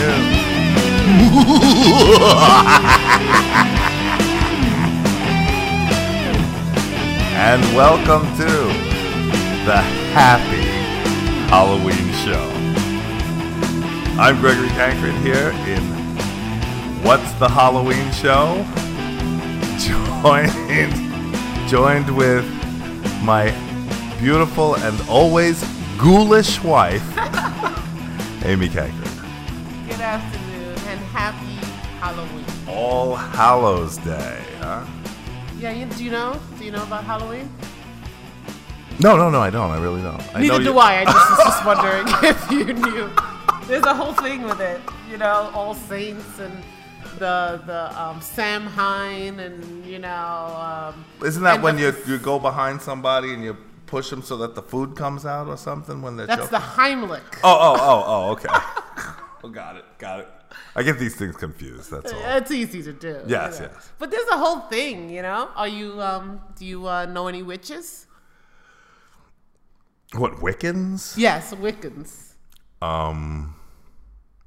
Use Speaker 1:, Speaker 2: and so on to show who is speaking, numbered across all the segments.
Speaker 1: afternoon. and welcome to the Happy Halloween Show. I'm Gregory Tankred here in What's the Halloween Show? Joined, joined with my beautiful and always ghoulish wife, Amy Tankred.
Speaker 2: Good afternoon and happy Halloween.
Speaker 1: All Hallows Day, huh?
Speaker 2: Yeah, you, do you know? Do you know about Halloween?
Speaker 1: No, no, no, I don't. I really don't. I know
Speaker 2: Neither do
Speaker 1: you-
Speaker 2: I. I just was just wondering if you knew. There's a whole thing with it, you know, All Saints and the the um, Samhain and you know. Um,
Speaker 1: Isn't that
Speaker 2: and
Speaker 1: when
Speaker 2: the-
Speaker 1: you you go behind somebody and you push them so that the food comes out or something when they're
Speaker 2: That's the
Speaker 1: choking?
Speaker 2: Heimlich.
Speaker 1: oh oh oh oh okay. oh, got it, got it. I get these things confused. That's all.
Speaker 2: It's easy to do. you
Speaker 1: Yes,
Speaker 2: know.
Speaker 1: yes.
Speaker 2: But there's a whole thing, you know. Are you? Um, do you uh, know any witches?
Speaker 1: What Wiccans?
Speaker 2: Yes, Wiccans.
Speaker 1: Um,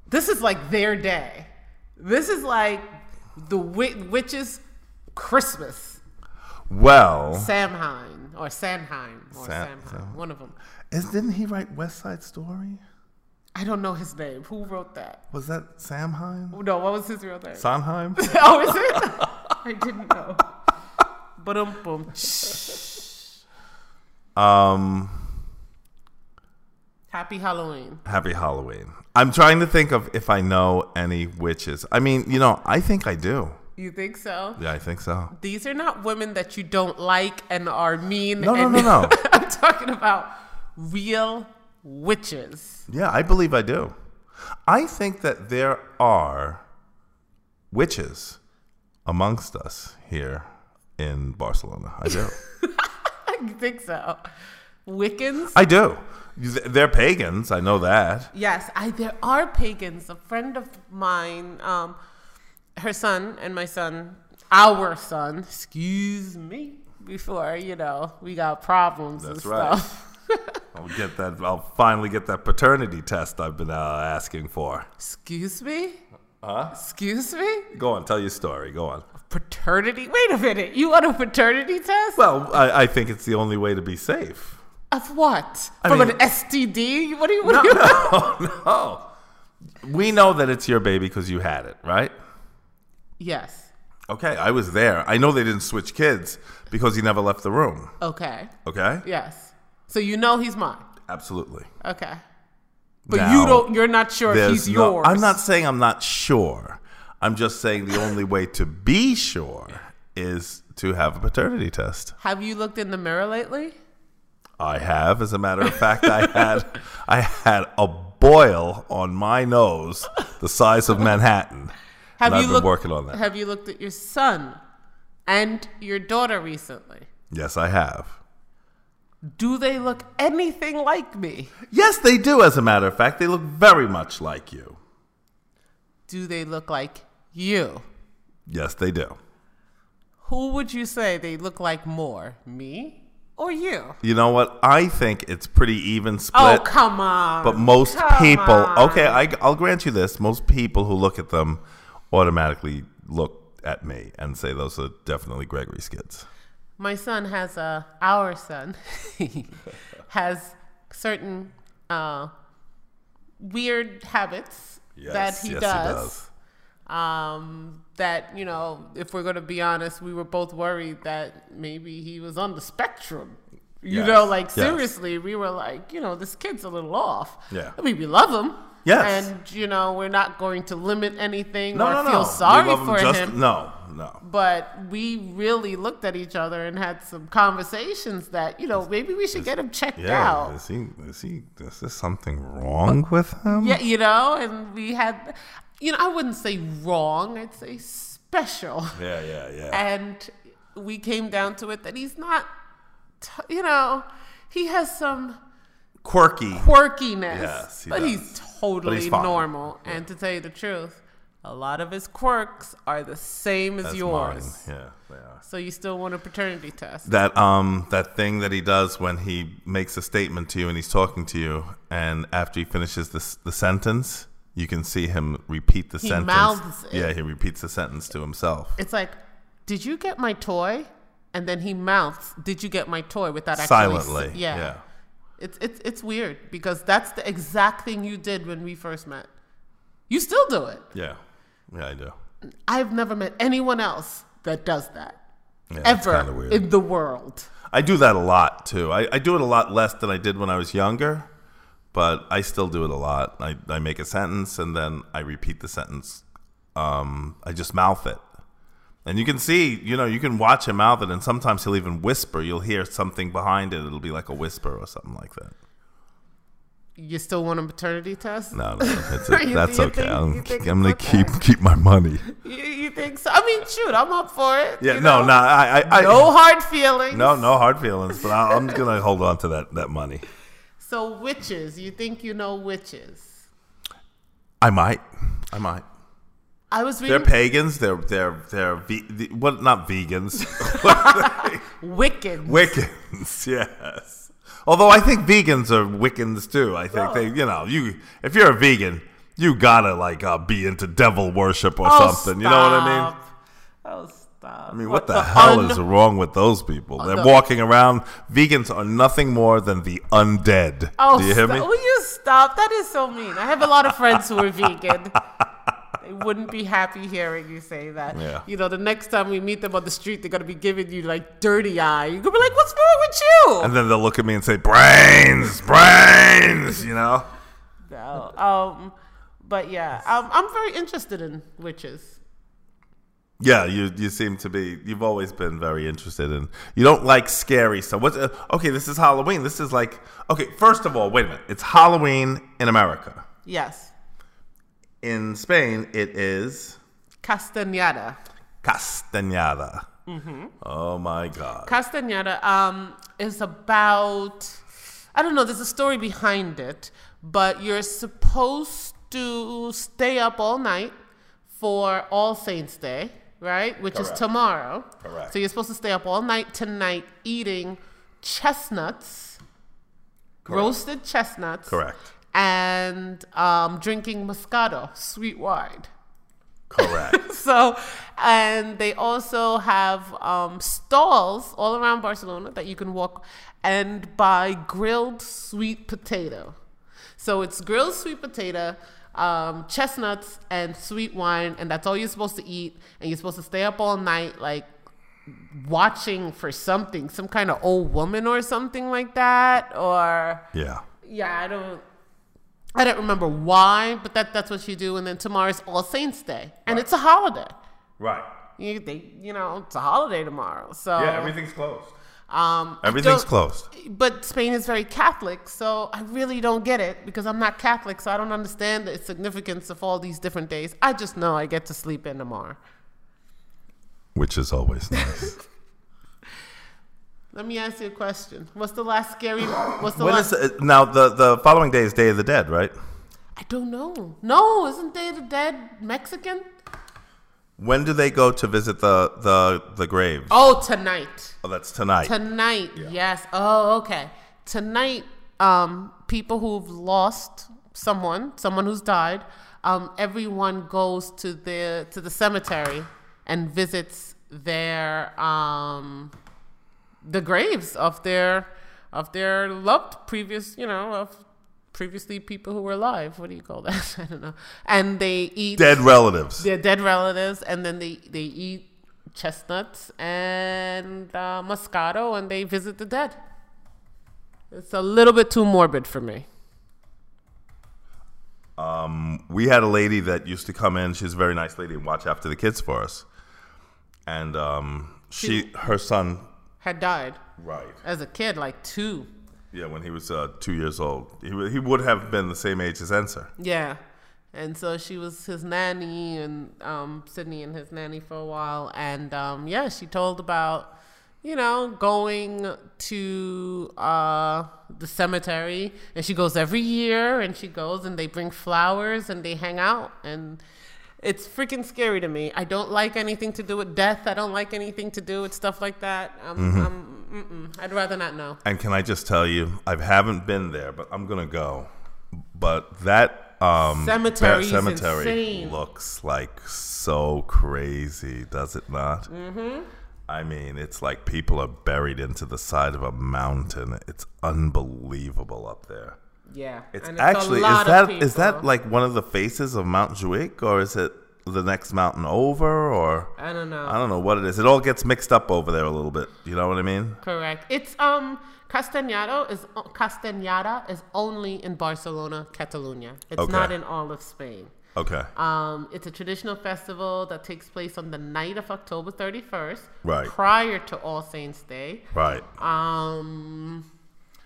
Speaker 2: This is like their day. This is like the wi- witches' Christmas.
Speaker 1: well,
Speaker 2: Samhain or Sanheim or
Speaker 1: Sam-
Speaker 2: Samhain,
Speaker 1: Sam-
Speaker 2: one of them.
Speaker 1: is didn't he write West Side Story?
Speaker 2: I don't know his name. Who wrote that?
Speaker 1: Was that Samheim?
Speaker 2: No, what was his real name?
Speaker 1: Sondheim?
Speaker 2: oh, is it? I didn't know. But um, boom.
Speaker 1: um,
Speaker 2: Happy Halloween.
Speaker 1: Happy Halloween. I'm trying to think of if I know any witches. I mean, you know, I think I do.
Speaker 2: You think so?
Speaker 1: Yeah, I think so.
Speaker 2: These are not women that you don't like and are mean.
Speaker 1: No, no,
Speaker 2: and
Speaker 1: no, no.
Speaker 2: I'm talking about real witches.
Speaker 1: Yeah, I believe I do. I think that there are witches amongst us here in Barcelona. I do.
Speaker 2: you think so? Wiccans?
Speaker 1: I do. Th- They're pagans. I know that.
Speaker 2: Yes, I, there are pagans. A friend of mine, um, her son and my son, our son, excuse me, before, you know, we got problems and
Speaker 1: That's right.
Speaker 2: stuff.
Speaker 1: I'll get that. I'll finally get that paternity test I've been uh, asking for.
Speaker 2: excuse me?
Speaker 1: Huh?
Speaker 2: Excuse me?
Speaker 1: Go on, tell your story. Go on.
Speaker 2: Paternity? Wait a minute. You want a paternity test?
Speaker 1: Well, I, I think it's the only way to be safe.
Speaker 2: Of what?
Speaker 1: I
Speaker 2: From
Speaker 1: mean-
Speaker 2: an STD? What do you, what
Speaker 1: No,
Speaker 2: do you
Speaker 1: no, no. We know that it's your baby because you had it, right?
Speaker 2: Yes.
Speaker 1: Okay, I was there. I know they didn't switch kids because he never left the room.
Speaker 2: Okay.
Speaker 1: Okay?
Speaker 2: Yes. So you know he's mine.
Speaker 1: Absolutely.
Speaker 2: Okay. But
Speaker 1: Now,
Speaker 2: you don't, you're not sure if
Speaker 1: There's
Speaker 2: he's
Speaker 1: no,
Speaker 2: yours.
Speaker 1: I'm not saying I'm not sure. I'm just saying the only way to be sure is to have a paternity test.
Speaker 2: Have you looked in the mirror lately?
Speaker 1: I have, as a matter of fact, I had I had a boil on my nose the size of Manhattan.
Speaker 2: Have
Speaker 1: and
Speaker 2: you
Speaker 1: I've been
Speaker 2: looked,
Speaker 1: working on that.
Speaker 2: Have you looked at your son and your daughter recently?
Speaker 1: Yes, I have.
Speaker 2: Do they look anything like me?
Speaker 1: Yes, they do, as a matter of fact. They look very much like you.
Speaker 2: Do they look like you?
Speaker 1: Yes, they do.
Speaker 2: Who would you say they look like more, me or you?
Speaker 1: You know what? I think it's pretty even
Speaker 2: Oh,
Speaker 1: split.
Speaker 2: come on.
Speaker 1: but most
Speaker 2: Come
Speaker 1: people,
Speaker 2: on.
Speaker 1: okay, I, I'll grant you this: most people who look at them automatically look at me and say those are definitely Gregory's kids.
Speaker 2: My son has a, our son has certain uh, weird habits that he does. um, that you know, if we're going to be honest, we were both worried that maybe he was on the spectrum. You
Speaker 1: Yes.
Speaker 2: know, like
Speaker 1: Yes.
Speaker 2: seriously, we were like, you know, this kid's a little off.
Speaker 1: Yeah.
Speaker 2: I mean, we love him.
Speaker 1: Yes.
Speaker 2: and you know, we're not going to limit anything
Speaker 1: No,
Speaker 2: or
Speaker 1: no, no.
Speaker 2: feel
Speaker 1: We
Speaker 2: sorry
Speaker 1: love him
Speaker 2: for
Speaker 1: just-
Speaker 2: him.
Speaker 1: No, no.
Speaker 2: But we really looked at each other and had some conversations that you know maybe we should get him checked out.
Speaker 1: Yeah, is he? Is he? Is there something wrong with him?
Speaker 2: Yeah, you know, and we had, you know, I wouldn't say wrong, I'd say special.
Speaker 1: yeah, yeah. yeah.
Speaker 2: And we came down to it that he's not, t- you know, he has some
Speaker 1: Quirky.
Speaker 2: quirkiness,
Speaker 1: Yes, he
Speaker 2: but
Speaker 1: does.
Speaker 2: he's totally
Speaker 1: fine.
Speaker 2: normal. And to tell you the truth, a lot of his quirks are the same as
Speaker 1: That's
Speaker 2: yours.
Speaker 1: mine. Yeah, they are.
Speaker 2: So you still want a paternity test.
Speaker 1: that um that thing that he does when he makes a statement to you and he's talking to you and after he finishes this the sentence you can see him repeat the
Speaker 2: He
Speaker 1: sentence.
Speaker 2: mouths it.
Speaker 1: Yeah, he repeats the sentence to himself.
Speaker 2: It's like, did you get my toy? And then he mouths, "Did you get my toy?" Without actually
Speaker 1: Silently.
Speaker 2: s-
Speaker 1: Yeah.
Speaker 2: It's it's it's weird because that's the exact thing you did when we first met. You still do it.
Speaker 1: Yeah. Yeah, I do.
Speaker 2: I've never met anyone else that does that
Speaker 1: Yeah, it's
Speaker 2: ever
Speaker 1: kinda weird.
Speaker 2: in the world.
Speaker 1: I do that a lot too. I, I do it a lot less than I did when I was younger, but I still do it a lot. I, I make a sentence and then I repeat the sentence. Um, I just mouth it. And you can see, you know, you can watch him mouth it, and sometimes he'll even whisper. You'll hear something behind it. It'll be like a whisper or something like that.
Speaker 2: You still want a maternity test?
Speaker 1: No, no, it's
Speaker 2: You-
Speaker 1: that's
Speaker 2: you
Speaker 1: okay.
Speaker 2: think-
Speaker 1: I'm,
Speaker 2: you think
Speaker 1: I'm gonna
Speaker 2: it's okay?
Speaker 1: keep keep my money.
Speaker 2: You, you think so? I mean, shoot, I'm up for it.
Speaker 1: Yeah,
Speaker 2: you
Speaker 1: no,
Speaker 2: know?
Speaker 1: no, I, I, I
Speaker 2: no hard feelings.
Speaker 1: no, no hard feelings, but I, I'm gonna hold on to that that money.
Speaker 2: So witches, you think you know witches?
Speaker 1: I might, I might.
Speaker 2: I was
Speaker 1: They're
Speaker 2: reading
Speaker 1: pagans. They're they're they're ve- the, what? Not vegans.
Speaker 2: Wicked.
Speaker 1: Wiccans. Yes. Although I think vegans are Wiccans too. I think
Speaker 2: Oh.
Speaker 1: they, you know, you if you're a vegan, you gotta like uh, be into devil worship or
Speaker 2: Oh,
Speaker 1: something. You know what I mean?
Speaker 2: stop. Oh,
Speaker 1: I
Speaker 2: stop.
Speaker 1: mean, what, the, hell is wrong with those people? They're
Speaker 2: Oh, the-
Speaker 1: walking around. Vegans are nothing more than the undead.
Speaker 2: Oh,
Speaker 1: Do you hear
Speaker 2: sta-
Speaker 1: me?
Speaker 2: Will you stop? That is so mean. I have a lot of friends who are vegan. They wouldn't be happy hearing you say that.
Speaker 1: Yeah.
Speaker 2: You know, the next time we meet them on the street, they're gonna be giving you like dirty eye. You're gonna be like, "What's wrong with you?"
Speaker 1: And then they'll look at me and say, "Brains, brains," you know.
Speaker 2: no. Um, but yeah, um, I'm very interested in witches.
Speaker 1: Yeah, you you seem to be. You've always been very interested in. You don't like scary stuff. What's uh, okay? This is Halloween. This is like okay. First of all, wait a minute. It's Halloween in America.
Speaker 2: Yes,
Speaker 1: In Spain, it is
Speaker 2: Castañeda.
Speaker 1: Castañada.
Speaker 2: Mm-hmm.
Speaker 1: Oh my God.
Speaker 2: Castañeda um, is about, I don't know, there's a story behind it, but you're supposed to stay up all night for All Saints Day, right? Which
Speaker 1: Correct.
Speaker 2: is tomorrow.
Speaker 1: Correct.
Speaker 2: So you're supposed to stay up all night tonight eating chestnuts, roasted chestnuts.
Speaker 1: Correct.
Speaker 2: And um, drinking Moscato, sweet wine.
Speaker 1: Correct.
Speaker 2: So, and they also have um, stalls all around Barcelona that you can walk and buy grilled sweet potato. So it's grilled sweet potato, um, chestnuts, and sweet wine, and that's all you're supposed to eat. And you're supposed to stay up all night, like watching for something, some kind of old woman or something like that, or
Speaker 1: yeah.
Speaker 2: yeah, I don't. I don't remember why, but that, that's what you do. And then tomorrow's All Saints Day, and it's a holiday.
Speaker 1: Right.
Speaker 2: You they, you know, it's a holiday tomorrow. So
Speaker 1: Yeah. Everything's closed.
Speaker 2: um, I
Speaker 1: Everything's
Speaker 2: don't-
Speaker 1: closed.
Speaker 2: But Spain is very Catholic, so I really don't get it because I'm not Catholic, so I don't understand the significance of all these different days. I just know I get to sleep in tomorrow.
Speaker 1: Which is always nice.
Speaker 2: Let me ask you a question. What's the last scary? What's the
Speaker 1: when
Speaker 2: last?
Speaker 1: is it, now the the following day is Day of the Dead, right?
Speaker 2: I don't know. No, isn't Day of the Dead Mexican?
Speaker 1: When do they go to visit the the the graves?
Speaker 2: Oh, tonight.
Speaker 1: Oh, that's tonight.
Speaker 2: Tonight, yes. Oh, okay. Tonight, um, people who've lost someone, someone who's died, um, everyone goes to the to the cemetery and visits their um, the graves of their of their loved previous, you know, of previously people who were alive. What do you call that? I don't know. And they eat
Speaker 1: Dead relatives.
Speaker 2: their dead relatives, and then they they eat chestnuts and uh, Moscato, and they visit the dead. It's a little bit too morbid for me.
Speaker 1: we had a lady that used to come in. She's a very nice lady and watch after the kids for us. And um, she, her son,
Speaker 2: Had died
Speaker 1: right?
Speaker 2: as a kid, like two.
Speaker 1: Yeah, when he was uh, two years old, he, wa- he would have been the same age as Enser.
Speaker 2: Yeah. And so she was his nanny and um, Sydney and his nanny for a while. And um, yeah, she told about, you know, going to uh, the cemetery. And she goes every year and she goes and they bring flowers and they hang out. And it's freaking scary to me. I don't like anything to do with death. I don't like anything to do with stuff like that. Um,
Speaker 1: Mm-hmm.
Speaker 2: um, mm-mm. I'd rather not know.
Speaker 1: And can I just tell you, I haven't been there, but I'm gonna go. But that um,
Speaker 2: Cemetery
Speaker 1: Bat
Speaker 2: is
Speaker 1: Cemetery
Speaker 2: insane.
Speaker 1: looks like so crazy, does it not? Mm-hmm. I mean, it's like people are buried into the side of a mountain. It's unbelievable up there.
Speaker 2: Yeah.
Speaker 1: It's
Speaker 2: and
Speaker 1: actually
Speaker 2: a lot
Speaker 1: is that
Speaker 2: of
Speaker 1: is that
Speaker 2: people.
Speaker 1: like one of the faces of Mount Juic, or is it the next mountain over, or
Speaker 2: I don't know.
Speaker 1: I don't know what it is. It all gets mixed up over there a little bit. You know what I mean?
Speaker 2: Correct. It's um Castañado is Castañada is only in Barcelona, Catalonia. It's
Speaker 1: Okay.
Speaker 2: not in all of Spain.
Speaker 1: Okay.
Speaker 2: Um, it's a traditional festival that takes place on the night of October 31st,
Speaker 1: Right.
Speaker 2: prior to All Saints Day.
Speaker 1: Right.
Speaker 2: Um,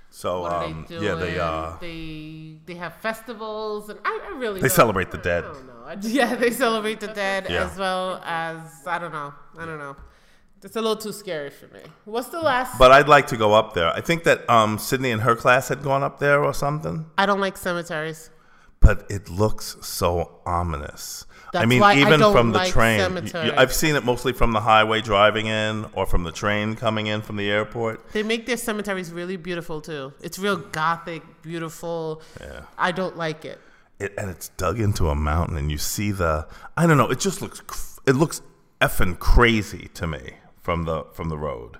Speaker 1: So
Speaker 2: what
Speaker 1: um,
Speaker 2: are they doing?
Speaker 1: yeah, they uh,
Speaker 2: they they have festivals, and I, I really
Speaker 1: They
Speaker 2: don't-
Speaker 1: celebrate the dead.
Speaker 2: I don't know. I- yeah, they celebrate the dead
Speaker 1: Yeah.
Speaker 2: as well as I don't know. I don't know. It's a little too scary for me. What's the last?
Speaker 1: But I'd like to go up there. I think that um, Sydney and her class had gone up there or something.
Speaker 2: I don't like cemeteries.
Speaker 1: But it looks so ominous. I
Speaker 2: That's
Speaker 1: mean,
Speaker 2: why I
Speaker 1: even
Speaker 2: don't
Speaker 1: from the
Speaker 2: like
Speaker 1: train.
Speaker 2: cemeteries.
Speaker 1: I've seen it mostly from the highway driving in or from the train coming in from the airport.
Speaker 2: They make their cemeteries really beautiful too. It's real gothic, beautiful.
Speaker 1: Yeah.
Speaker 2: I don't like it.
Speaker 1: It, and it's dug into a mountain, and you see the. I don't know. It just looks. cr- It looks effing crazy to me from the from the road.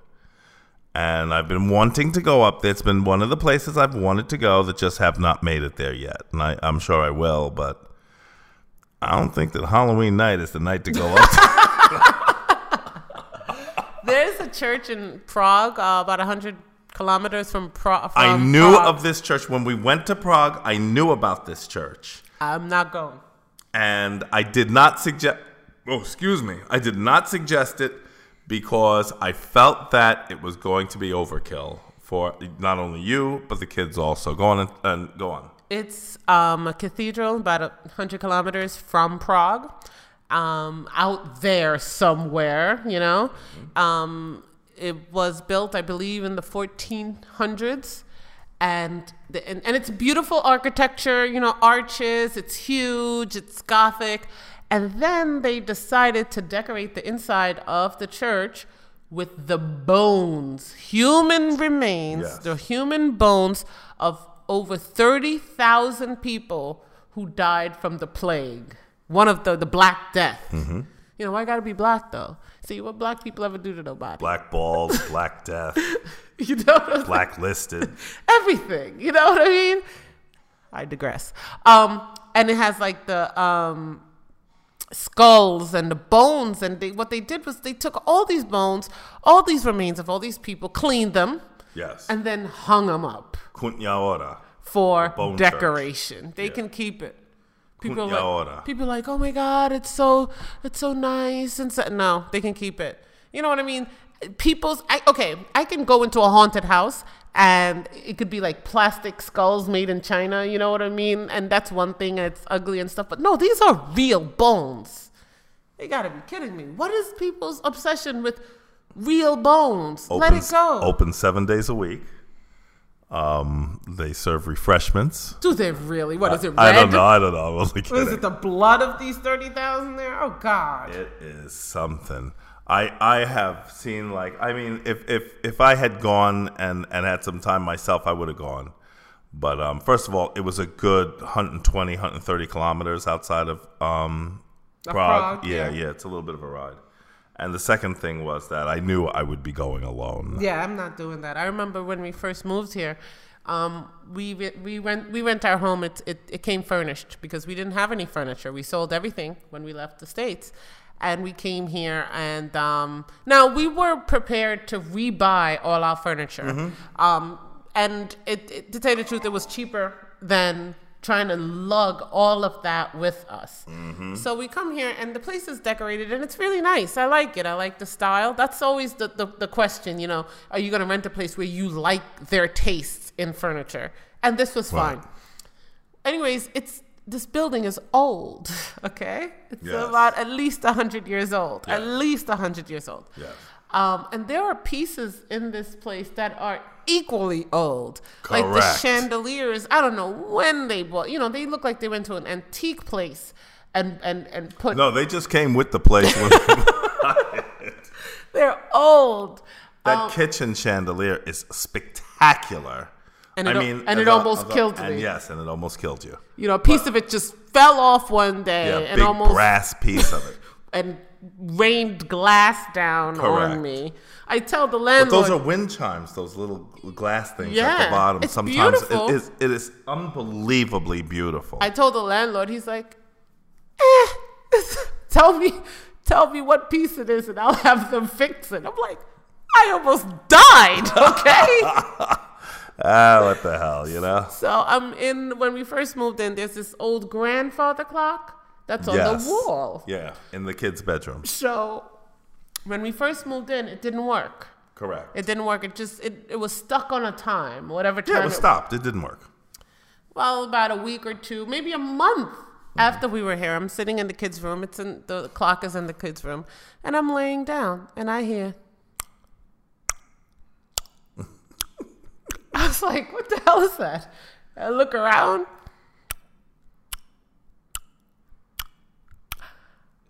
Speaker 1: And I've been wanting to go up there. It's been one of the places I've wanted to go that just have not made it there yet. And I, I'm sure I will, but I don't think that Halloween night is the night to go up. to.
Speaker 2: There's a church in Prague, uh, about 100 kilometers from, Pro- from
Speaker 1: I knew
Speaker 2: Prague.
Speaker 1: of this church when we went to Prague. I knew about this church,
Speaker 2: I'm not going.
Speaker 1: and I did not suggest. Oh, excuse me. I did not suggest it because I felt that it was going to be overkill for not only you but the kids also. Go on and, and go on.
Speaker 2: It's um, a cathedral about a 100 kilometers from Prague, um, out there somewhere, you know. Um, it was built, I believe, in the 1400s. And, the, and, and it's beautiful architecture, you know, arches, it's huge, it's gothic. And then they decided to decorate the inside of the church with the bones, human remains,
Speaker 1: Yes.
Speaker 2: the human bones of over 30,000 people who died from the plague, one of the, the Black Death. You know, why gotta be black though? See, what black people ever do to nobody?
Speaker 1: Black balls, black death,
Speaker 2: You know what I'm
Speaker 1: blacklisted.
Speaker 2: everything. You know what I mean? I digress. Um, and it has like the um, skulls and the bones, and they, what they did was they took all these bones, all these remains of all these people, cleaned them,
Speaker 1: Yes.
Speaker 2: and then hung them up
Speaker 1: Kunyaora.
Speaker 2: for
Speaker 1: Bone church.
Speaker 2: decoration. They
Speaker 1: Yeah.
Speaker 2: can keep it. People
Speaker 1: Kunya
Speaker 2: are
Speaker 1: ora.
Speaker 2: like, people are like, oh my god, it's so it's so nice and so, no, they can keep it. You know what I mean? People's I, okay, I can go into a haunted house and it could be like plastic skulls made in China. You know what I mean? And that's one thing, and it's ugly and stuff. But no, these are real bones. They gotta be kidding me. What is people's obsession with real bones? Let it
Speaker 1: Opens-
Speaker 2: go.
Speaker 1: Open seven days a week. Um, they serve refreshments.
Speaker 2: Do they really? What is it? Red?
Speaker 1: I don't know. I don't know. I'm only
Speaker 2: Is
Speaker 1: kidding.
Speaker 2: it the blood of these 30,000 there? Oh, God.
Speaker 1: It is something. I I have seen like I mean if if if I had gone and and had some time myself I would have gone. But um, first of all, it was a good 120, 130 kilometers outside of um,
Speaker 2: Of
Speaker 1: Prague.
Speaker 2: Prague,
Speaker 1: yeah,
Speaker 2: yeah.
Speaker 1: yeah, it's a little bit of a ride. And the second thing was that I knew I would be going alone.
Speaker 2: Yeah, I'm not doing that. I remember when we first moved here, um, we, re- we, rent, we rent our home. It, it, it came furnished because we didn't have any furniture. We sold everything when we left the States. And we came here, and um, now we were prepared to rebuy all our furniture. Um, and it, it, to tell you the truth, it was cheaper than trying to lug all of that with us.
Speaker 1: Mm-hmm.
Speaker 2: So we come here and the place is decorated and it's really nice. I like it. I like the style. That's always the, the, the question, you know, are you going to rent a place where you like their tastes in furniture? And this was
Speaker 1: Right.
Speaker 2: fine. Anyways, it's this building is old, okay? It's
Speaker 1: Yes.
Speaker 2: about at least 100 years old. At
Speaker 1: Yeah.
Speaker 2: least 100 years old.
Speaker 1: Yes.
Speaker 2: Um, and there are pieces in this place that are equally old. Like the
Speaker 1: Correct.
Speaker 2: chandeliers, I don't know when they bought. You know, they look like they went to an antique place and and and put.
Speaker 1: No, they just came with the place. When,
Speaker 2: They're old. Oh.
Speaker 1: that kitchen chandelier is spectacular.
Speaker 2: and it,
Speaker 1: I mean,
Speaker 2: and it
Speaker 1: the-
Speaker 2: almost
Speaker 1: the-
Speaker 2: killed
Speaker 1: and
Speaker 2: me.
Speaker 1: Yes, and it almost killed you.
Speaker 2: You know, a piece of it just fell off one day
Speaker 1: Yeah,
Speaker 2: and
Speaker 1: big
Speaker 2: almost
Speaker 1: brass piece of it.
Speaker 2: and rained glass down
Speaker 1: Correct.
Speaker 2: on me. I tell the
Speaker 1: But
Speaker 2: landlord,
Speaker 1: those are wind chimes. Those little glass things at
Speaker 2: Yeah,
Speaker 1: the bottom.
Speaker 2: it's
Speaker 1: Sometimes
Speaker 2: beautiful.
Speaker 1: it is it is unbelievably beautiful.
Speaker 2: I told the landlord, he's like, eh, tell me, tell me what piece it is, and I'll have them fix it. I'm like, I almost died. Okay.
Speaker 1: ah, what the hell, you know?
Speaker 2: So I'm in when we first moved in. There's this old grandfather clock that's on
Speaker 1: Yes.
Speaker 2: the wall.
Speaker 1: Yeah, in the kids' bedroom.
Speaker 2: So when we first moved in, it didn't work.
Speaker 1: Correct.
Speaker 2: It didn't work. It just it, it was stuck on a time, whatever time.
Speaker 1: yeah, it was stopped. It didn't work.
Speaker 2: Well, about a week or two, maybe a month after we were here. I'm sitting in the kids' room. It's in the clock is in the kids' room, and I'm laying down, and I hear. I was like, "What the hell is that?" I look around.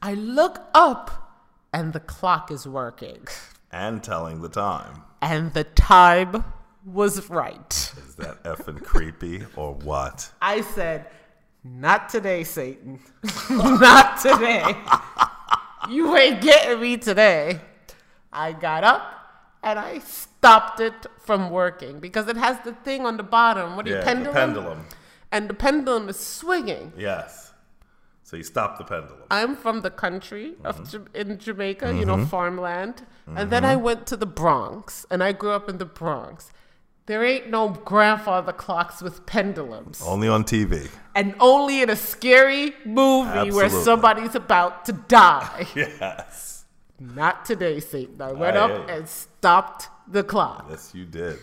Speaker 2: I look up, and the clock is working,
Speaker 1: And telling the time.
Speaker 2: and the time was right.
Speaker 1: Is that effing creepy or what?
Speaker 2: I said, Not today, Satan. Not today. you ain't getting me today. I got up and I stopped it from working because it has the thing on the bottom. What do you,
Speaker 1: Yeah, the
Speaker 2: pendulum?
Speaker 1: pendulum.
Speaker 2: And the pendulum is swinging.
Speaker 1: Yes. So you stop the pendulum.
Speaker 2: I'm from the country
Speaker 1: Mm-hmm.
Speaker 2: of Ja- in Jamaica, you know, farmland. And then I went to the Bronx, and I grew up in the Bronx. There ain't no grandfather clocks with pendulums.
Speaker 1: Only on TV.
Speaker 2: and only in a scary movie where
Speaker 1: Absolutely.
Speaker 2: somebody's about to die.
Speaker 1: Yes.
Speaker 2: Not today, Satan. I went
Speaker 1: Aye,
Speaker 2: up
Speaker 1: aye.
Speaker 2: and stopped the clock.
Speaker 1: Yes, you did.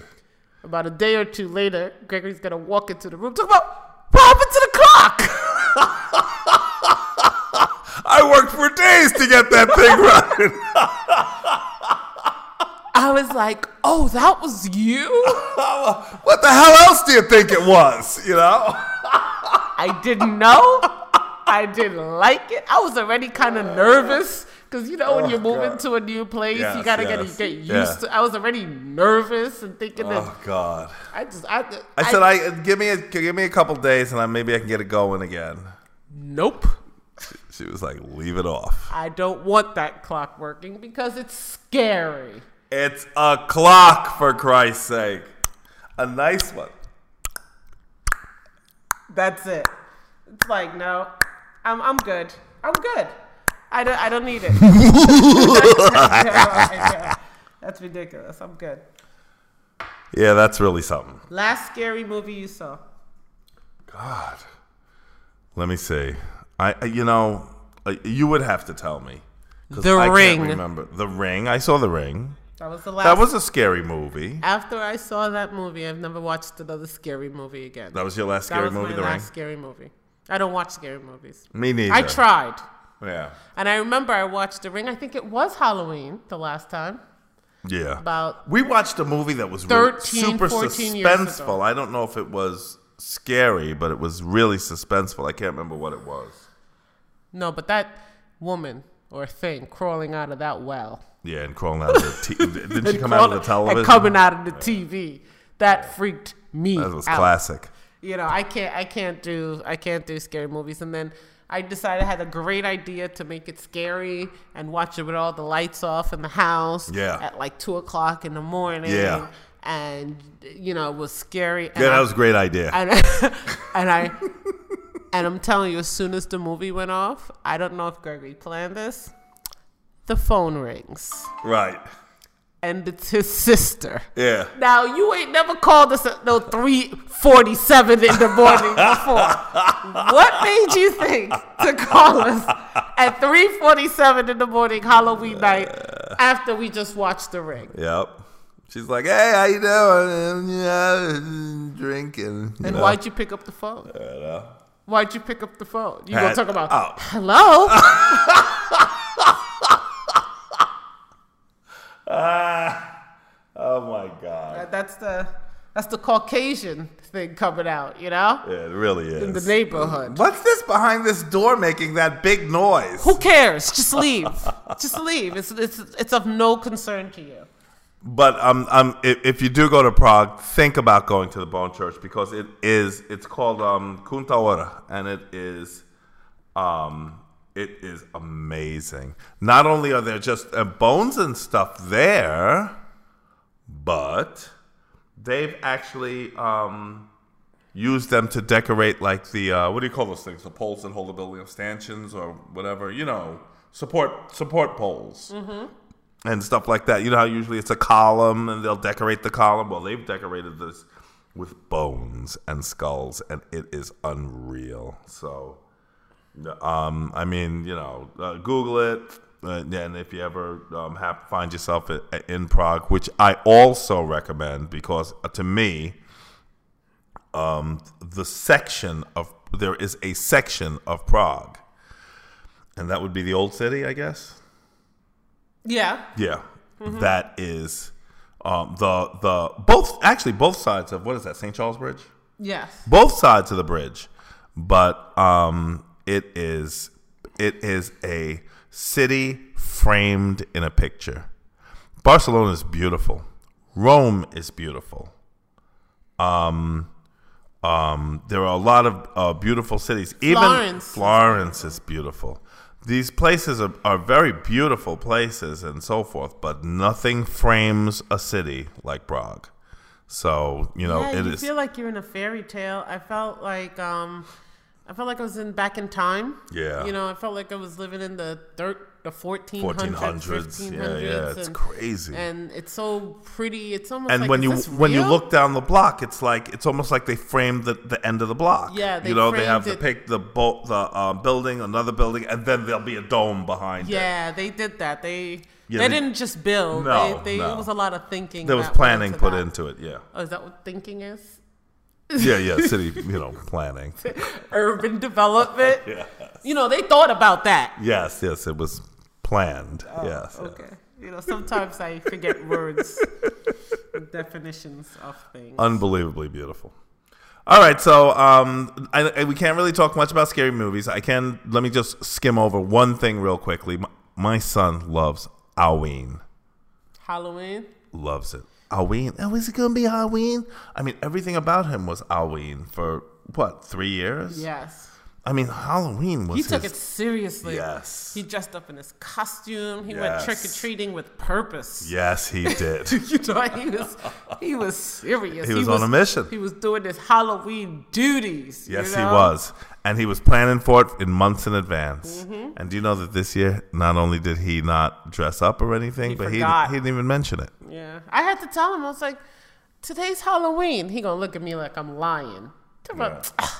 Speaker 2: About a day or two later, Gregory's gonna walk into the room talking about what happened to the clock.
Speaker 1: I worked for days to get that thing running.
Speaker 2: I was like, "Oh, that was you."
Speaker 1: what the hell else do you think it was? You know?
Speaker 2: I didn't know. I didn't like it. I was already kind of nervous because you know when you
Speaker 1: Uh, Oh,
Speaker 2: move
Speaker 1: God.
Speaker 2: into a new place, you
Speaker 1: Yes,
Speaker 2: gotta
Speaker 1: yes.
Speaker 2: get get used
Speaker 1: Yeah.
Speaker 2: to. I was already nervous and thinking that
Speaker 1: Oh God.
Speaker 2: I just I,
Speaker 1: I, said I give me a give me a couple days and I maybe I can get it going again.
Speaker 2: nope.
Speaker 1: She was like, leave it off.
Speaker 2: I don't want that clock working because it's scary.
Speaker 1: It's a clock for Christ's sake. A nice one.
Speaker 2: That's it. It's like, no, I'm, I'm good. I'm good. I don't, I don't need it. No, I don't. That's ridiculous. I'm good.
Speaker 1: Yeah, that's really something.
Speaker 2: Last scary movie you saw.
Speaker 1: God. Let me see. I I- you know, I- you would have to tell me. 'cause
Speaker 2: The
Speaker 1: I
Speaker 2: Ring.
Speaker 1: Can't remember. The Ring. I saw The Ring.
Speaker 2: That was the last.
Speaker 1: That was a scary movie.
Speaker 2: After I saw that movie, I've never watched another scary movie again.
Speaker 1: That was your last
Speaker 2: That
Speaker 1: scary
Speaker 2: was
Speaker 1: movie,
Speaker 2: my
Speaker 1: The
Speaker 2: last
Speaker 1: Ring.
Speaker 2: scary movie. I don't watch scary movies.
Speaker 1: Me neither.
Speaker 2: I tried.
Speaker 1: Yeah.
Speaker 2: And I remember I watched The Ring. I think it was Halloween the last time.
Speaker 1: Yeah.
Speaker 2: About
Speaker 1: we watched a movie that was really
Speaker 2: 13,
Speaker 1: super
Speaker 2: 14
Speaker 1: suspenseful.
Speaker 2: years ago.
Speaker 1: I don't know if it was scary, but it was really suspenseful. I can't remember what it was.
Speaker 2: No, but that woman or thing crawling out of that well.
Speaker 1: Yeah, and crawling out of the t- didn't she
Speaker 2: And
Speaker 1: come out of the
Speaker 2: crawling-
Speaker 1: television?
Speaker 2: And coming out of the TV. That freaked me.
Speaker 1: that was
Speaker 2: out.
Speaker 1: classic.
Speaker 2: You know, I can't I can't do I can't do scary movies and then I decided I had a great idea to make it scary and watch it with all the lights off in the house
Speaker 1: Yeah.
Speaker 2: at like two o'clock in the morning.
Speaker 1: Yeah.
Speaker 2: And you know, it was scary. And
Speaker 1: Yeah, that
Speaker 2: I-
Speaker 1: was a great idea.
Speaker 2: and and I and I'm telling you, as soon as the movie went off, I don't know if Gregory planned this. The phone rings,
Speaker 1: right.
Speaker 2: and it's his sister.
Speaker 1: Yeah.
Speaker 2: Now you ain't never called us at no three forty seven in the morning before. what made you think to call us at three forty seven in the morning Halloween night after we just watched The Ring?
Speaker 1: Yep. She's like, "Hey, how you doing? Yeah, drinking." you
Speaker 2: And
Speaker 1: know?
Speaker 2: why'd you pick up the phone? Why'd you pick up the phone? You gonna
Speaker 1: Had-
Speaker 2: talk about
Speaker 1: oh.
Speaker 2: hello?
Speaker 1: Ah. Oh my God.
Speaker 2: That- That's the that's the Caucasian thing coming out, you know,
Speaker 1: Yeah, it really is.
Speaker 2: in the neighborhood.
Speaker 1: What's this behind this door making that big noise?
Speaker 2: Who cares? Just leave. Just leave. It's it's it's of no concern to you.
Speaker 1: But um, um, if, if you do go to Prague, think about going to the Bone Church because it is. It's called um, Kunta Ora, and it is, um, it is amazing. Not only are there just uh, bones and stuff there, but they've actually um, used them to decorate like the uh, what do you call those things? The poles that hold the building up, stanchions or whatever. You know, support support poles and stuff like that. You know how usually it's a column and they'll decorate the column. Well, they've decorated this with bones and skulls, and it is unreal. So, um, I mean, you know, uh, Google it. Uh, and if you ever um, have, find yourself i- in Prague, which I also recommend because uh, to me, um, the section of there is a section of Prague, and that would be the old city, I guess.
Speaker 2: Yeah.
Speaker 1: Yeah, That is um, the the both actually both sides of what is that St. Charles Bridge?
Speaker 2: Yes.
Speaker 1: Both sides of the bridge, but um, it is it is a city framed in a picture. Barcelona is beautiful. Rome is beautiful. Um, um, there are a lot of uh, beautiful cities. Even
Speaker 2: Florence.
Speaker 1: Florence is beautiful. These places are, are very beautiful places and so forth, but nothing frames a city like Prague. So you know
Speaker 2: yeah,
Speaker 1: it
Speaker 2: you
Speaker 1: is.
Speaker 2: feel like you're in a fairy tale. I felt like um, I felt like I was in back in time.
Speaker 1: Yeah.
Speaker 2: You know, I felt like I was living in the third, the 1400s,
Speaker 1: 1400s.
Speaker 2: 1500s.
Speaker 1: Yeah, yeah, it's
Speaker 2: and,
Speaker 1: crazy. And,
Speaker 2: And it's so pretty. It's almost like,
Speaker 1: when
Speaker 2: is
Speaker 1: you
Speaker 2: this
Speaker 1: when you
Speaker 2: real?
Speaker 1: look down the block, it's like it's almost like they framed the, the end of the block.
Speaker 2: Yeah, they
Speaker 1: you know they have the
Speaker 2: framed
Speaker 1: pick the bo- the uh, building, another building, and then there'll be a dome behind it.
Speaker 2: Yeah, they did that. They
Speaker 1: Yeah,
Speaker 2: they,
Speaker 1: they-
Speaker 2: didn't just build.
Speaker 1: No,
Speaker 2: they, they,
Speaker 1: no.
Speaker 2: It was a lot of thinking.
Speaker 1: There was
Speaker 2: that went
Speaker 1: planning
Speaker 2: into
Speaker 1: put
Speaker 2: that.
Speaker 1: into it. Yeah,
Speaker 2: Oh, is that what thinking is?
Speaker 1: yeah, yeah. City, you know, planning.
Speaker 2: Urban development. You know, they thought about that.
Speaker 1: Yes, yes, it was planned. yes, yes.
Speaker 2: Oh, Okay. You know, sometimes I forget words, and definitions of things.
Speaker 1: unbelievably beautiful. All right, so um, I, I- we can't really talk much about scary movies. I can let me just skim over one thing real quickly. My, my son loves Halloween,
Speaker 2: Halloween.
Speaker 1: loves it. Halloween. Oh, is it gonna be Halloween? I mean, everything about him was Halloween for what three years?
Speaker 2: Yes.
Speaker 1: I mean, Halloween was
Speaker 2: He took
Speaker 1: his-
Speaker 2: it seriously.
Speaker 1: Yes.
Speaker 2: He dressed up in his costume. He went
Speaker 1: Yes.
Speaker 2: trick or treating with purpose.
Speaker 1: Yes, he did.
Speaker 2: You know, he was he was serious.
Speaker 1: He was on a mission.
Speaker 2: He was doing his Halloween duties. you
Speaker 1: Yes, he
Speaker 2: know?
Speaker 1: was. And he was planning for it in months in advance.
Speaker 2: Mm-hmm.
Speaker 1: And do you know that this year, not only did he not dress up or anything, but he,
Speaker 2: forgot.
Speaker 1: he didn't even mention it.
Speaker 2: Yeah. I had to tell him, I was like, today's Halloween. He gonna look at me like I'm lying. I'm like, I'm